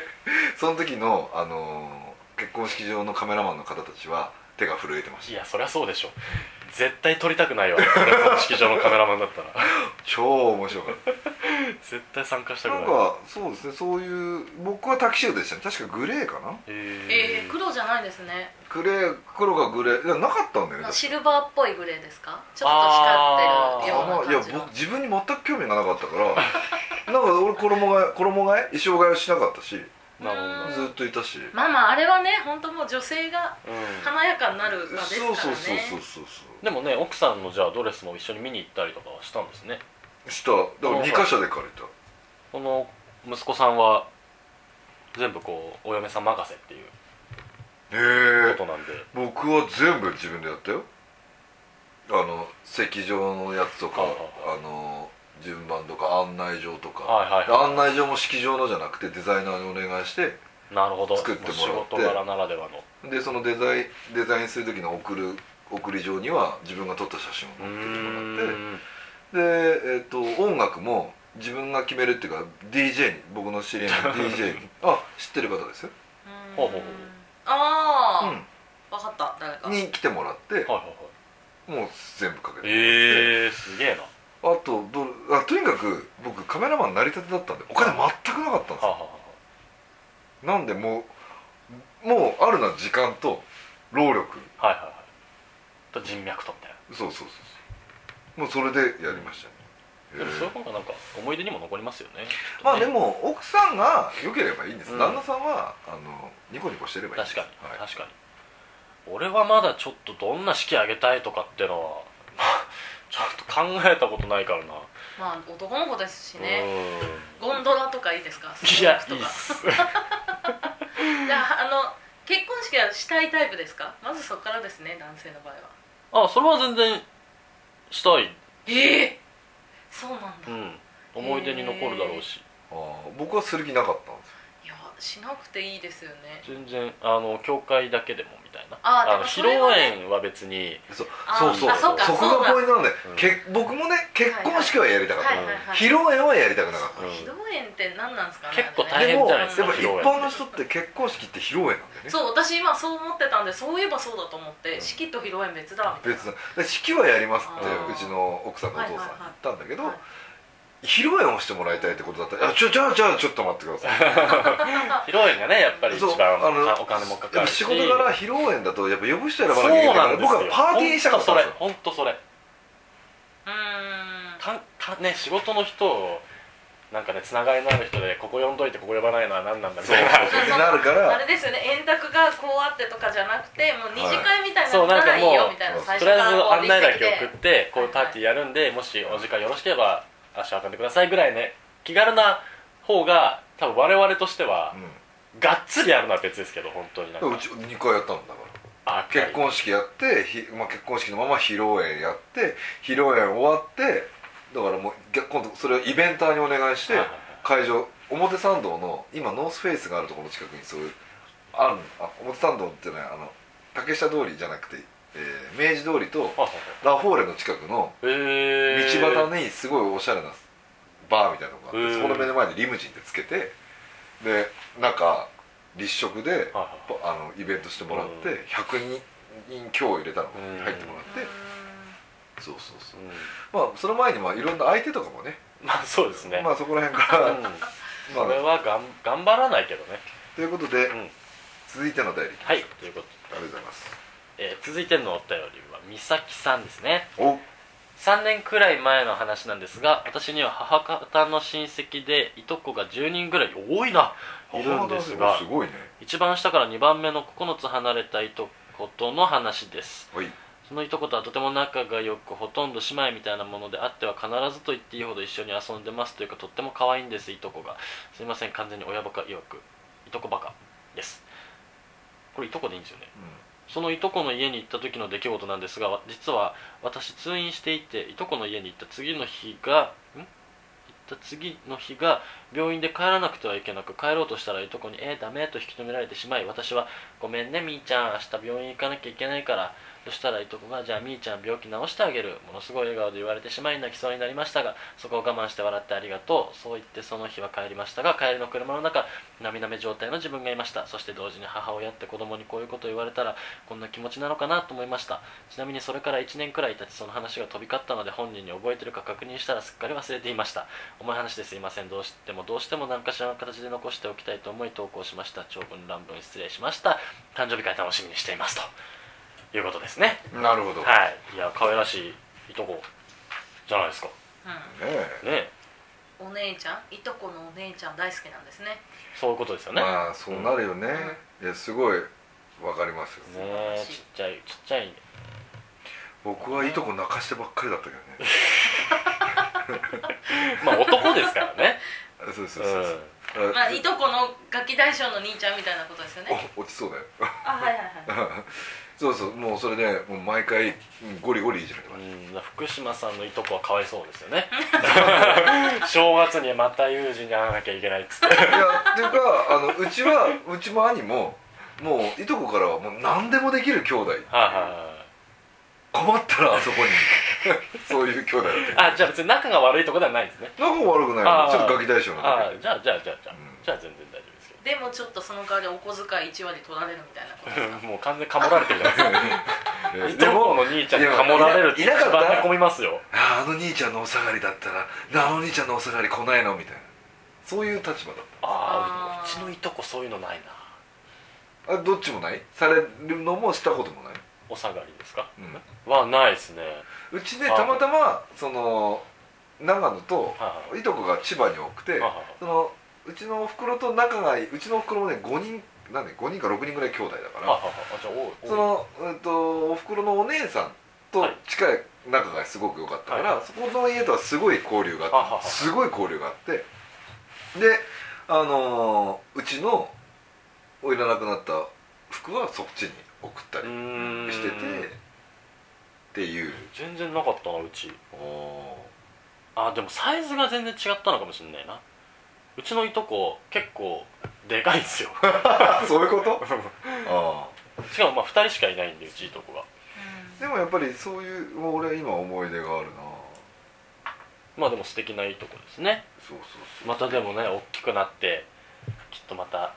Speaker 2: その時の、あのー結婚式場のカメラマンの方たちは手が震えてま
Speaker 1: い
Speaker 2: した
Speaker 1: やそりゃそうでしょ絶対撮りたくないわこの式場のカメラマンだったら (laughs)
Speaker 2: 超面白かっ
Speaker 1: 絶対参加した
Speaker 2: た
Speaker 1: くな
Speaker 2: ないんかそうですねそういう僕はタキシードでしたね確かグレーかな
Speaker 1: え
Speaker 3: えー、
Speaker 1: ー、
Speaker 3: 黒じゃないですね
Speaker 2: グレー黒がグレーいやなかったんだよね
Speaker 3: シルバーっぽいグレーですかちょっと光ってるよ
Speaker 1: あ
Speaker 2: あの
Speaker 3: う
Speaker 2: い
Speaker 3: な
Speaker 2: や
Speaker 3: 感じの
Speaker 2: 僕自分に全く興味がなかったからなんか俺衣替え衣替え衣装替えをしなかったしず
Speaker 1: なるほどなるほ
Speaker 2: っといたし、
Speaker 3: まあまああれはね本当もう女性が
Speaker 1: ど、うん
Speaker 3: 華やかになる場ですから
Speaker 2: そう
Speaker 3: ね
Speaker 2: そうそうそうそうそう
Speaker 1: でもね奥さんのじゃあドレスも一緒に見に行ったりとかはしたんですね
Speaker 2: しただから2箇所で借りた
Speaker 1: この息子さんは全部こうお嫁さん任せっていう
Speaker 2: へ
Speaker 1: こ
Speaker 2: え
Speaker 1: となんで、
Speaker 2: 僕は全部自分でやったよあの席上のやつとか
Speaker 1: はいはい
Speaker 2: あの順番とか案内状とか、
Speaker 1: はいはいは
Speaker 2: 案内状も式場のじゃなくてデザイナーにお願いして
Speaker 1: いなるほど
Speaker 2: 作ってもらって
Speaker 1: もう仕事柄ならではの
Speaker 2: でそのデザインデザインする時の送る送り状には自分が撮った写真
Speaker 1: う
Speaker 2: を載っててもらって
Speaker 1: ーん
Speaker 2: で、えっと音楽も自分が決めるっていうか DJ に僕の知り合いの DJ
Speaker 1: (laughs)
Speaker 2: にあ知ってる方ですよ、
Speaker 3: うん
Speaker 1: ほうほうほう
Speaker 3: ああ、
Speaker 2: う
Speaker 3: 分かった誰か
Speaker 2: ん、に来てもらって
Speaker 1: はいはいはい
Speaker 2: もう全部かけて
Speaker 1: えー、すげえなは
Speaker 2: あとどあとにかく僕カメラマンなりたてだったんでお金全くなかったんです
Speaker 1: あ、
Speaker 2: よ
Speaker 1: はあは
Speaker 2: なんでもうもうあるのは時間と労力
Speaker 1: はいはいと人脈とみたいな
Speaker 2: そうそうそうそうもうそれでやりましたね
Speaker 1: でもそういう
Speaker 2: へ
Speaker 1: 方
Speaker 2: え
Speaker 1: がなんか思い出にも残りますよね
Speaker 2: まあで
Speaker 1: も
Speaker 2: も奥さんが良ければいいんです、
Speaker 1: うん
Speaker 2: 旦那さんはあのニコニコしてればいいんで
Speaker 1: 確
Speaker 2: す
Speaker 1: かに、
Speaker 2: はい、
Speaker 1: 確かに俺はまだちょっとどんな式あげたいとかってのは (laughs) ちょっと考えたことないからな
Speaker 3: まあ男の子ですしね
Speaker 1: う
Speaker 3: ゴンドラとかいいですか
Speaker 1: んいや
Speaker 3: ス
Speaker 1: い
Speaker 3: ナックと
Speaker 1: いっ
Speaker 3: か
Speaker 1: す
Speaker 3: いやあの結婚式はしたいタイプですかまずそこからですね男性の場合は
Speaker 1: あそれは全然したい、
Speaker 3: ええそうなんだ、
Speaker 1: う
Speaker 3: い
Speaker 1: ん、思い出に残るだろうし
Speaker 2: あー僕はする気なかったんですよ
Speaker 3: やしなくていいですよね
Speaker 1: 全然あの教会だけでもみたいな
Speaker 3: あーで
Speaker 1: の
Speaker 3: も
Speaker 1: 披
Speaker 3: そ
Speaker 1: 露
Speaker 3: れはね
Speaker 1: 宴は別に
Speaker 2: そう
Speaker 3: あ
Speaker 2: そ
Speaker 1: ー
Speaker 2: うそう
Speaker 1: あそうか
Speaker 2: そこ
Speaker 3: そう
Speaker 2: が
Speaker 3: だ
Speaker 2: ポイントなんだよ、
Speaker 1: うん
Speaker 2: け僕もね結婚式はやりたかった、
Speaker 3: はいはいはい
Speaker 2: 披露宴はやりたくなかっ
Speaker 1: うん
Speaker 3: 披露宴って何なんですかね
Speaker 1: 結構
Speaker 3: あ
Speaker 1: 大
Speaker 2: た、
Speaker 3: れね
Speaker 1: 変
Speaker 2: でも
Speaker 1: じゃないですか
Speaker 2: やっぱ
Speaker 1: 披
Speaker 2: 一
Speaker 1: 露
Speaker 2: 般
Speaker 1: 宴
Speaker 2: の
Speaker 1: って
Speaker 2: 人って結婚式って披露宴なんだよね
Speaker 3: そう私今そう思ってたんでそういえばそうだと思って式と披露宴別だみたいな
Speaker 2: 別なで式はやりますって
Speaker 1: あー
Speaker 2: うちの奥さんのお父さんに言ったんだけど、
Speaker 3: はいはい
Speaker 2: 披露宴をしてもらいたいってことだったら「あちょじゃあじゃあちょっと待ってください」
Speaker 1: 披露宴がねやっぱり一
Speaker 2: そう
Speaker 1: 番
Speaker 2: あの
Speaker 1: かお金もかかるし
Speaker 2: 仕事柄披露宴だとやっぱ呼ぶ人選ばな
Speaker 1: そう
Speaker 2: きゃいけないか
Speaker 1: な
Speaker 2: ら
Speaker 1: んですよ
Speaker 2: 僕はパーティーにしたかったん
Speaker 1: ほん
Speaker 2: で
Speaker 1: とそれ本当
Speaker 2: すよ
Speaker 1: それ
Speaker 3: うーん
Speaker 1: たたね仕事の人をなんかねつながりのある人でここ呼んどいてここ呼ばないのは何なんだみたいな
Speaker 2: そうってなるから
Speaker 3: あれですよね円卓がこうあってとかじゃなくてもう二次会みたいな
Speaker 1: そ
Speaker 3: の
Speaker 1: うな
Speaker 3: なんら
Speaker 1: か
Speaker 3: いい
Speaker 1: も
Speaker 3: よみたいな
Speaker 2: うん
Speaker 1: (laughs)
Speaker 3: 最
Speaker 1: と
Speaker 3: 初
Speaker 1: り
Speaker 3: か
Speaker 1: あえず
Speaker 3: らこう
Speaker 1: 案内だ
Speaker 3: 立
Speaker 1: け送ってこういうパーティーやるんでもしお時間よろしければ足を運んでくださいぐらいね気軽な方が多分我々としてはがっつりやるのは別ですけど本当になん
Speaker 2: う
Speaker 1: か
Speaker 2: ん、うち2回やったんだから
Speaker 1: あ
Speaker 2: 結婚式やって、ひまあ、結婚式のまま披露宴やって披露宴終わってだからもう逆今度それをイベンターにお願いして
Speaker 1: はいはいはい
Speaker 2: 会場表参道の今ノースフェイスがあるところの近くにそういうあるあ表参道ってねあの竹下通りじゃなくて、えー明治通りと
Speaker 1: あはいはい
Speaker 2: ラフォーレの近くの
Speaker 1: へえ
Speaker 2: 道端にすごいおしゃれなバーみたいなのがあって、
Speaker 1: へー
Speaker 2: そこの目の前にリムジンでつけてで中立食で、
Speaker 1: はいはい
Speaker 2: ぽあのイベントしてもらって、
Speaker 1: うん
Speaker 2: 100人強入れたの
Speaker 1: うん
Speaker 2: 入ってもらっ
Speaker 3: う
Speaker 2: て、
Speaker 3: ー
Speaker 2: そうそうそう
Speaker 1: うん
Speaker 2: まあその前にまあいろんな相手とかもね
Speaker 1: まあそうですね
Speaker 2: まあそこら辺か
Speaker 1: う
Speaker 2: ら、
Speaker 1: んそ
Speaker 2: ま
Speaker 1: れ
Speaker 2: あ
Speaker 1: はがん頑張らないけどね
Speaker 2: ということで、
Speaker 1: うん
Speaker 2: 続いてのお便りあ
Speaker 1: はいということ
Speaker 2: りがと
Speaker 1: で
Speaker 2: うございます
Speaker 1: えー続いてのお便りは美咲さんですね
Speaker 2: お
Speaker 1: 3年くらい前の話なんですが私には母方の親戚でいとこが10人ぐらい多いないるんですが
Speaker 2: すごいね
Speaker 1: 一番下から2番目の9つ離れたいとことの話です
Speaker 2: はい
Speaker 1: そのいとことはとても仲が良くほとんど姉妹みたいなものであっては必ずと言っていいほど一緒に遊んでますというかとっても可愛いんですいとこがすいません完全に親バカ曰くいとこバカですこれいとこでいいんですよねそのいとこの家に行った時の出来事なんですがわ実は私通院していていとこの家に行った次の日がん行った次の日が病院で帰らなくてはいけなく帰ろうとしたらいとこに「えー、ダメ」と引き止められてしまい私は「ごめんねみーちゃん明日病院行かなきゃいけないから」そしたらいとこが「じゃあみーちゃん病気治してあげる」ものすごい笑顔で言われてしまい泣きそうになりましたがそこを我慢して笑ってありがとうそう言ってその日は帰りましたが帰りの車の中涙目状態の自分がいましたそして同時に母親って子供にこういうことを言われたらこんな気持ちなのかなと思いましたちなみにそれから1年くらい経ちその話が飛び交ったので本人に覚えてるか確認したらすっかり忘れていました重い話ですいませんどうしてもどうしても何かしらの形で残しておきたいと思い投稿しました長文乱文失礼しました誕生日会楽しみにしていますということですね
Speaker 2: うんなるほど、ね
Speaker 1: はいいや可愛らしいいとこじゃないですかね
Speaker 2: え
Speaker 1: え
Speaker 3: んお姉ちゃんいとこのお姉ちゃん大好きなんですね
Speaker 1: そういうことですよね、
Speaker 2: まあそうなるよね、いやすごいわかりますよ
Speaker 1: ねえちっちゃいちっちゃい
Speaker 2: 僕はいとこ泣かしてばっかりだったけどね
Speaker 1: まあ男ですから
Speaker 2: (laughs)
Speaker 1: ね
Speaker 2: そうそうそううそ
Speaker 1: ん
Speaker 2: う、
Speaker 3: まあいとこの楽器大将の兄ちゃんみたいなことですよね
Speaker 2: お落ちそうだよ
Speaker 3: あはいはいはい
Speaker 2: そうそうもうそれで、もう毎回うんゴリゴリいじめてま
Speaker 1: うん、福島さんのいとこはかわいそうですよ
Speaker 2: (laughs)
Speaker 1: ね正月にまた友人に会わなきゃいけないっつ
Speaker 2: (laughs)
Speaker 1: って
Speaker 2: したいやっていうかあのうちはうちも兄ももういとこからはもう何でもできる兄弟
Speaker 1: はいはいはい
Speaker 2: 困ったらあそこ
Speaker 1: (laughs)
Speaker 2: にそういう兄弟だった
Speaker 1: あじゃあ別に仲が悪いとこではないんですね
Speaker 2: 仲悪くない
Speaker 1: あー
Speaker 2: のちょっとガキ大将なんだ
Speaker 1: あ
Speaker 2: け
Speaker 1: じゃあじゃあじゃあじゃあ、
Speaker 2: うん
Speaker 1: じゃあ全然大丈夫ですけ
Speaker 3: でもちょっとその代わりお小遣い1割取られるみたいなことですか
Speaker 1: ど (laughs) もう完全にかもられてるじゃないです
Speaker 2: ど
Speaker 1: かい
Speaker 2: (laughs) え
Speaker 1: と
Speaker 2: で
Speaker 1: こ
Speaker 2: も
Speaker 1: の兄ちゃんにかもられるって
Speaker 2: い
Speaker 1: 一
Speaker 2: やいなかった
Speaker 1: 番へこみますよ
Speaker 2: あーあの兄ちゃんのお下がりだったらあの兄ちゃんのお下がり来ないのみたいなそういう立場だった
Speaker 1: ああ
Speaker 3: あー
Speaker 1: うちのいとこそういうのないな
Speaker 2: あどっちもないされるのもしたこともない、
Speaker 1: お下がりですか
Speaker 2: う
Speaker 1: はないですね
Speaker 2: ん、うちねたまたまその長野と
Speaker 1: はい
Speaker 2: とこが千葉に多くて
Speaker 1: いはいはい
Speaker 2: そのうちのおふくろと仲がいいうちのおふくろもね5人なんで5人か6人ぐらい兄弟だか
Speaker 1: あ
Speaker 2: ら
Speaker 1: ははあじゃあおい
Speaker 2: その、えっとおふくろのお姉さんと
Speaker 1: はい
Speaker 2: 近い仲がすごく良かったから、
Speaker 1: は
Speaker 2: そこの家とはすごい交流が
Speaker 1: あは
Speaker 2: あっ
Speaker 1: は
Speaker 2: てすごい交流があってであのーうちのおいらなくなった服はそっちに送った
Speaker 1: う
Speaker 2: り
Speaker 1: ーん
Speaker 2: しててっていう
Speaker 1: 全然なかったなうちあでもサイズが全然違ったのかもしれないなうちのいとこ結構でかいんです
Speaker 2: (laughs)
Speaker 1: よ
Speaker 2: あそういうこと
Speaker 1: (laughs)
Speaker 2: あ
Speaker 1: しかもまあ2人しかいないんでうちいとこが
Speaker 2: ーでもやっぱりそういうもう俺は今思い出があるな
Speaker 1: まあでも素敵ないいとこですね
Speaker 2: そうそうそう
Speaker 1: またでもね大きくなってきっとまた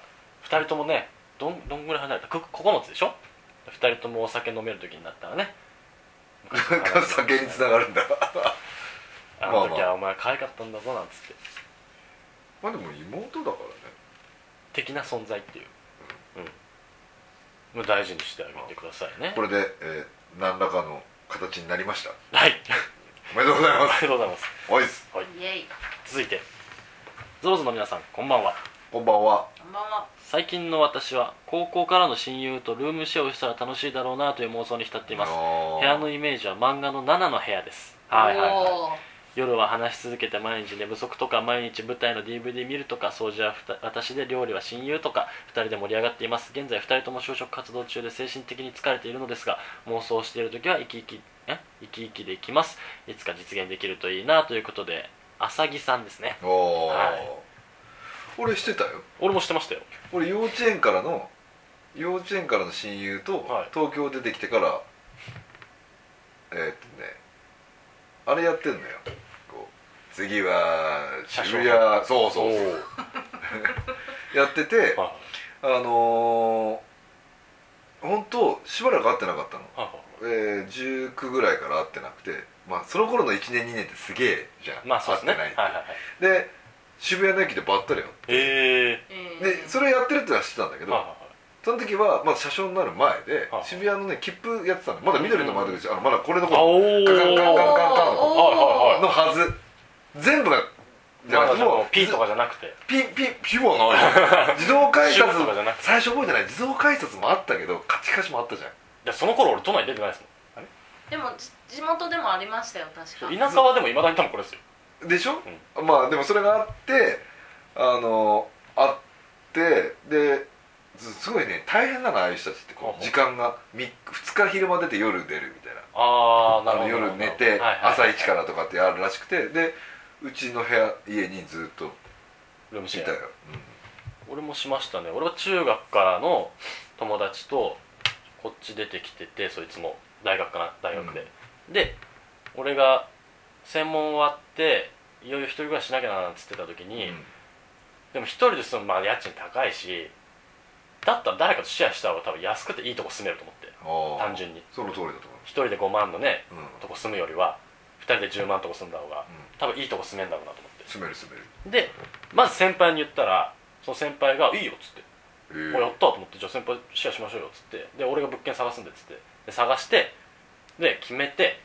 Speaker 1: 2人ともねどんどんぐらい離れたこ9つでしょ2人ともお酒飲める時になったらね
Speaker 2: (laughs) 酒につながるんだ
Speaker 1: あの時はお前可愛かったんだぞなんつって
Speaker 2: まあでも妹だからね
Speaker 1: 的な存在っていう、うん、もう大事にしてあげてくださいね
Speaker 2: これで、えー何らかの形になりました
Speaker 1: はい
Speaker 2: おめでとうござい
Speaker 1: あ
Speaker 2: ます
Speaker 1: りがとうございます
Speaker 2: おいっす
Speaker 3: イエイ
Speaker 1: 続いてゾロゾの皆さんこんばんは
Speaker 2: こんばんは
Speaker 3: こんばんは
Speaker 1: 最近の私は高校からの親友とルームシェアをしたら楽しいだろうなという妄想に浸っています
Speaker 2: 部
Speaker 1: 部屋のイメージは漫画の7の部屋ですはいはい、はい、
Speaker 3: おー
Speaker 1: 夜は話し続けて毎日寝不足とか毎日舞台の DVD 見るとか掃除はふた私で料理は親友とか2人で盛り上がっています現在2人とも就職活動中で精神的に疲れているのですが妄想している時は生き生きえ生き生きでいきますいつか実現できるといいなということで浅木さんですね
Speaker 2: おおー、
Speaker 1: はい
Speaker 2: 俺してたよ
Speaker 1: 俺もしてましたよ
Speaker 2: 俺幼稚園からの幼稚園からの親友と、
Speaker 1: はい
Speaker 2: 東京出てきてからえーっとねあれやってんのよこう次は
Speaker 1: 車掌
Speaker 2: 渋谷そうそうそうやってて
Speaker 1: はい
Speaker 2: あのー、本当しばらく会ってなかったの
Speaker 1: はいはい
Speaker 2: えー、19ぐらいから会ってなくてまあその頃の1年2年ってすげえじゃん、
Speaker 1: まあそうですね。はい
Speaker 2: 会っ
Speaker 1: はい
Speaker 2: てな
Speaker 1: は
Speaker 2: い、
Speaker 1: い。
Speaker 2: で渋谷の駅でばったりよ
Speaker 1: ええ
Speaker 3: えー
Speaker 2: でそれやってるってのは知ってたんだけ
Speaker 1: ー。
Speaker 2: ど、
Speaker 1: はいはい
Speaker 2: その時はまだ車掌になる前で
Speaker 1: はい
Speaker 2: 渋谷のね切符やってたのまだ緑の窓口、あのまだこれの
Speaker 1: はい。
Speaker 2: 頃
Speaker 1: お
Speaker 2: ガンガンガンガンガン
Speaker 1: はいは
Speaker 3: おー
Speaker 1: い
Speaker 2: のはず全部がじゃ
Speaker 1: ま
Speaker 2: な
Speaker 1: だ
Speaker 2: くて
Speaker 1: でも
Speaker 2: もう
Speaker 1: ピーとかじゃなくて。
Speaker 2: ピピピは
Speaker 1: (laughs)
Speaker 2: ないよ自動改
Speaker 1: シュ
Speaker 2: 札
Speaker 1: ーとかじゃなくて。
Speaker 2: 最初覚えてない自動改札もあったけどカチカチもあったじゃん
Speaker 1: いやその頃俺都内出てないです
Speaker 3: でもじ地元でもありましたよ
Speaker 1: も
Speaker 3: 確
Speaker 1: ん。
Speaker 3: か
Speaker 1: 田舎はでも未だに多分これですよ。
Speaker 2: でしょ、まあでもそれがあってあのあってですすごいね大変なのああいう人たちって
Speaker 1: ほう
Speaker 2: こ
Speaker 1: ほ
Speaker 2: う
Speaker 1: う
Speaker 2: 時間が2日昼間出て夜出るみたいな
Speaker 1: ああな
Speaker 2: あ
Speaker 1: るほど。
Speaker 2: の夜寝て
Speaker 1: はいはい
Speaker 2: 朝一からとかってやるらしくてでうちの部屋家にずっと
Speaker 1: ルームシ
Speaker 2: い
Speaker 1: ェ
Speaker 2: た
Speaker 1: ア
Speaker 2: よ。、
Speaker 1: 俺もしましたね。俺は中学からの友達とこっち出てきててそいつも大学かな大学で。で俺が専門終わっていよいよ一人暮らししなきゃななんつってた時
Speaker 2: うん
Speaker 1: に。でも一人で住むまあ家賃高いしだったら誰かとシェアした方が多分安くていいとこ住めると思って
Speaker 2: ああ
Speaker 1: 単純に
Speaker 2: その通りだと
Speaker 1: 一人で5万のね
Speaker 2: 思う、うん
Speaker 1: とこ住むよりは二人で10万とこ住んだ方が多分いいとこ住めんだろうなと思っ
Speaker 2: 住める住める
Speaker 1: てでまず先輩に言ったらその先輩が「いいよ」っつって
Speaker 2: え
Speaker 1: 「
Speaker 2: ー
Speaker 1: おやった」と思って「じゃあ先輩シェアしましょうよ」っつってで俺が物件探すんでっつってで探してで決めて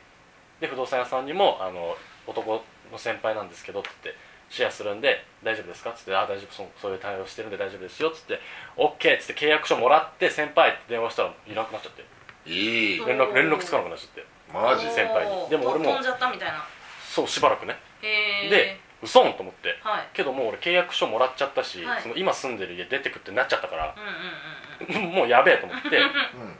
Speaker 1: で不動産屋さんにも「あの男の先輩なんですけど」っつって「シェアするんで大丈夫ですか?」っつって「あ大丈夫そうそういう対応してるんで大丈夫ですよ」っつって「OK」っつって契約書もらって先輩って電話したらいなくなっちゃって
Speaker 2: いい
Speaker 1: 連絡連絡つかなくなっちゃって
Speaker 2: マジ
Speaker 1: おー先輩にでも俺も
Speaker 3: 飛んじゃったみたいな
Speaker 1: そうしばらくね
Speaker 3: へえ
Speaker 1: で嘘んと思って
Speaker 3: はい
Speaker 1: けどもう俺契約書もらっちゃったし、
Speaker 3: はい
Speaker 1: その今住んでる家出てくってなっちゃったから (laughs)
Speaker 3: う、んうんうんうん
Speaker 1: もうやべえと思って
Speaker 2: う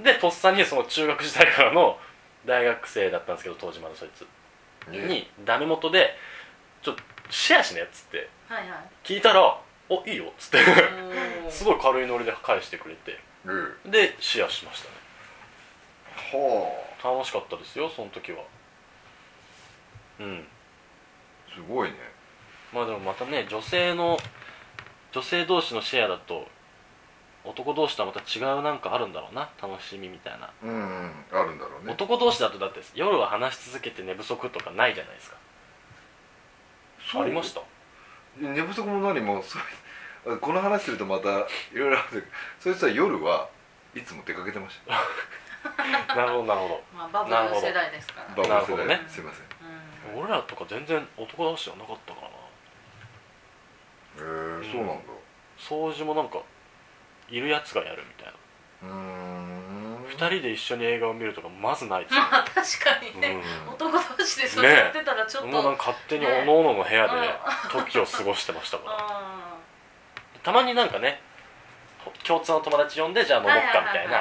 Speaker 1: でとっさにその中学時代からの大学生だったんですけど当時まだそいつ
Speaker 2: んね
Speaker 1: にダメ元で「ちょっとシェアしね」っつって
Speaker 3: はい
Speaker 1: (laughs)
Speaker 3: はい
Speaker 1: 聞いたら「おいいよ」っつって (laughs)
Speaker 3: お
Speaker 1: す
Speaker 3: ー
Speaker 1: ごい軽いノリで返してくれて
Speaker 2: うん
Speaker 1: でシェアしましたね
Speaker 2: はあ
Speaker 1: 楽しかったですよその時はうん
Speaker 2: すごいね
Speaker 1: まあでもまたね女性の女性同士のシェアだと男同士とはまた違うなんかあるんだろうな楽しみみたいな、
Speaker 2: うんうんあるんだろうね
Speaker 1: 男同士だとだって夜は話し続けて寝不足とかないじゃないですか
Speaker 2: そう
Speaker 1: ありました
Speaker 2: (laughs) 寝不足も何もそれこの話するとまたいろいろあるんだけどそいつは夜はいつも出かけてました
Speaker 1: なるほどなるほど
Speaker 3: まあバブ
Speaker 1: なるほ
Speaker 3: ル
Speaker 1: ど
Speaker 3: 世代ですから
Speaker 2: バブ
Speaker 1: なる
Speaker 2: ル
Speaker 1: ほ
Speaker 2: 世
Speaker 1: ど
Speaker 2: 代、
Speaker 1: ね
Speaker 2: すいません
Speaker 3: う
Speaker 1: 俺らとか全然男同士じゃなかったからな
Speaker 2: えー、そうなんだ
Speaker 1: 掃除もなんかいるやつがやるみたいな
Speaker 2: うーん
Speaker 1: 二人で一緒に映画を見るとかまずないです
Speaker 3: ん
Speaker 1: よ
Speaker 3: まあ確かにね、
Speaker 1: う
Speaker 3: 男同士でそ
Speaker 1: ね
Speaker 3: れやってたらちょっと、
Speaker 1: んもうなんか勝手におののの部屋で時を過ごしてましたから
Speaker 3: あ
Speaker 1: たまになんかね共通の友達呼んでじゃあ飲もうかみたい
Speaker 3: はいはいはい
Speaker 1: な
Speaker 3: ー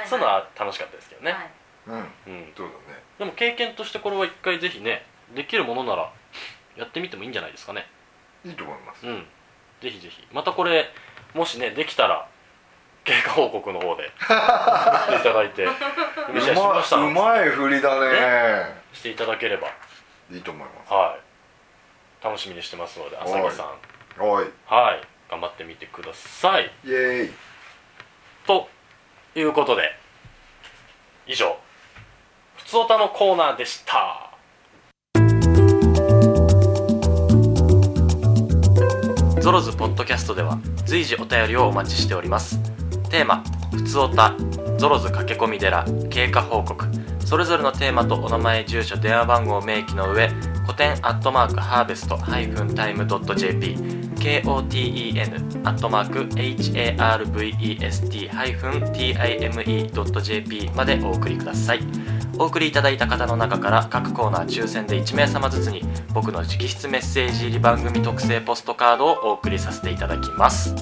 Speaker 3: はい
Speaker 1: そういうのは楽しかったですけどね、
Speaker 3: はい
Speaker 2: うん
Speaker 1: うん、
Speaker 2: そうだね
Speaker 1: でも経験としてこれは一回ぜひねできるものならやってみてもいいんじゃないですかね
Speaker 2: いいと思います、
Speaker 1: うんぜひぜひまたこれもしねできたら経過報告の方
Speaker 2: (laughs)
Speaker 1: でしていただいて
Speaker 2: う
Speaker 1: ミシェルしました
Speaker 2: まうまい振りだね
Speaker 1: していただければ
Speaker 2: いいと思います
Speaker 1: はい楽しみにしてますので浅見さん
Speaker 2: おい
Speaker 1: はい頑張ってみてください
Speaker 2: イエーイ
Speaker 1: ということで以上「ふつおた」のコーナーでしたゾロズポッドキャストでは随時お便りをお待ちしておりますテーマ「ふつおた」「ゾロズ駆け込み寺」「経過報告」それぞれのテーマとお名前住所電話番号を明記の上古典アットマークハーベストハイフンタイムドット JP KOTEN アットマーク HARVEST-TIME.jp までお送りくださいお送りいただいた方の中から各コーナー抽選で1名様ずつに僕の直筆メッセージ入り番組特製ポストカードをお送りさせていただきます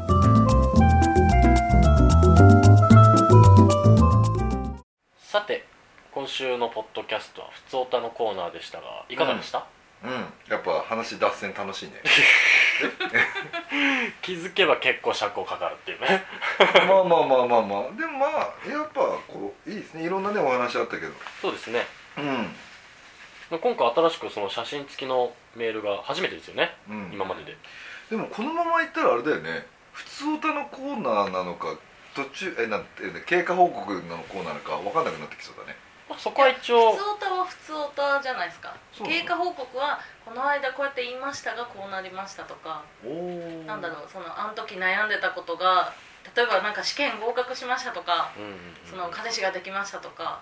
Speaker 1: さて今週のポッドキャストは「ふつおた」のコーナーでしたがいかがでした、
Speaker 2: うんやっぱ話脱線楽しいね (laughs)
Speaker 1: 気づけば結構尺をかかるっていうね
Speaker 2: まあまあまあまあまあでもまあやっぱこういいですねいろんなねお話あったけど
Speaker 1: そうですね
Speaker 2: うん
Speaker 1: 今回新しくその写真付きのメールが初めてですよね、
Speaker 2: うん
Speaker 1: 今までで
Speaker 2: でもこのままいったらあれだよね普通歌のコーナーなのか途中えなんて経過報告のコーナーなのか分かんなくなってきそうだね
Speaker 1: まあそこは一応
Speaker 3: 普通オタは普通オタじゃないですか
Speaker 2: そう
Speaker 3: 経過報告はこの間こうやって言いましたがこうなりましたとか、
Speaker 2: お
Speaker 3: なんだろうそのあの時悩んでたことが例えばなんか試験合格しましたとか
Speaker 1: うんうんうん
Speaker 3: その彼氏ができましたとか、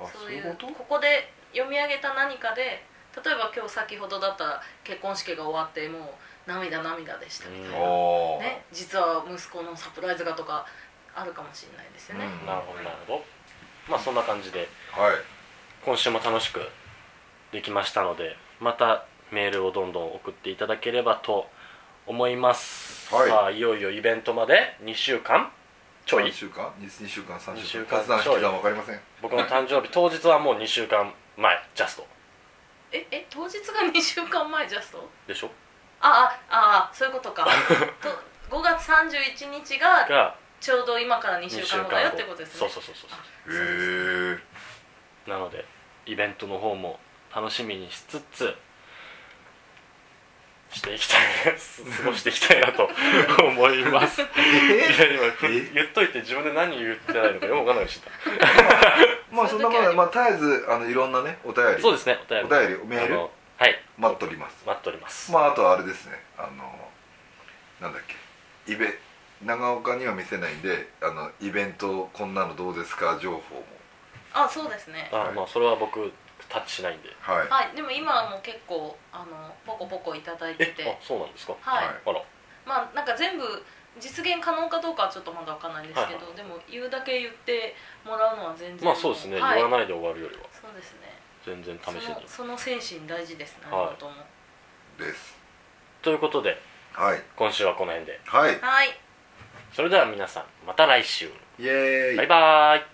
Speaker 2: あ
Speaker 3: そ
Speaker 2: そううい
Speaker 3: いうう
Speaker 2: こと
Speaker 3: ここで読み上げた何かで例えば今日先ほどだったら結婚式が終わってもう涙涙でしたみたいな、
Speaker 2: ああ、
Speaker 3: ね、実は息子のサプライズがとかあるかもしれないですよね、
Speaker 2: うん
Speaker 1: なるほどなるほどまあそんな感じで
Speaker 2: はい
Speaker 1: 今週も楽しくできましたのでまたメールをどんどん送っていただければと思います、
Speaker 2: はい
Speaker 1: さあいよいよイベントまで2週間ちょい
Speaker 2: 3週間二二週間三
Speaker 1: 二
Speaker 2: 週
Speaker 1: 週
Speaker 2: 間
Speaker 1: 間
Speaker 2: 数段引き算分かりません
Speaker 1: 僕の誕生日当日はもう2週間前ジャスト
Speaker 3: ええ当日が2週 (laughs) 間前ジャスト
Speaker 1: でしょ
Speaker 3: ああああそういうことかと5月31日が
Speaker 1: が
Speaker 3: ちょうど今から2
Speaker 1: 2
Speaker 3: 週
Speaker 1: 週
Speaker 3: 間
Speaker 1: 間
Speaker 3: 後
Speaker 1: 後
Speaker 3: だよってことですね
Speaker 1: そうそうそうそうそう
Speaker 2: へえ
Speaker 1: なのでイベントの方も楽しみにしつつしていきたいです
Speaker 2: (laughs)
Speaker 1: 過ごしていきたいなと思いますいや今ふ
Speaker 2: え
Speaker 1: 言っといて自分で何言ってないのかよく分かんないようにして
Speaker 2: まあそんなもん
Speaker 3: そうい
Speaker 2: で
Speaker 3: う時あり
Speaker 2: まあ絶えずあのいろんなねお便
Speaker 1: た
Speaker 2: り
Speaker 1: そうですねお便り
Speaker 2: お便りメール
Speaker 1: あのはい
Speaker 2: 待っております
Speaker 1: 待っております
Speaker 2: まああとはあれですねあのなんだっけイベ長岡には見せないんであのイベントこんなのどうですか情報も
Speaker 3: あそうですね
Speaker 1: あまあそれは僕タッチしないんで
Speaker 2: はい
Speaker 3: はいでも今はもう結構あのポコポコいただいて
Speaker 1: え
Speaker 3: て
Speaker 1: あそうなんですか
Speaker 3: はい、
Speaker 2: はい
Speaker 1: あら
Speaker 3: まあなんか全部実現可能かどうかはちょっとまだわかんないですけど、
Speaker 1: はいはい
Speaker 3: でも言うだけ言ってもらうのは全然
Speaker 1: まあそうですね
Speaker 3: はい、
Speaker 1: 言わないで終わるよりは
Speaker 3: そうですね
Speaker 1: 全然試
Speaker 3: その
Speaker 1: してみて
Speaker 3: その精神大事ですね、
Speaker 1: はい
Speaker 3: 本当も
Speaker 2: です
Speaker 1: ということで
Speaker 2: はい
Speaker 1: 今週はこの辺で
Speaker 2: はい
Speaker 3: はい
Speaker 1: それでは皆さんまた来週
Speaker 2: イエーイ
Speaker 1: バイバーイ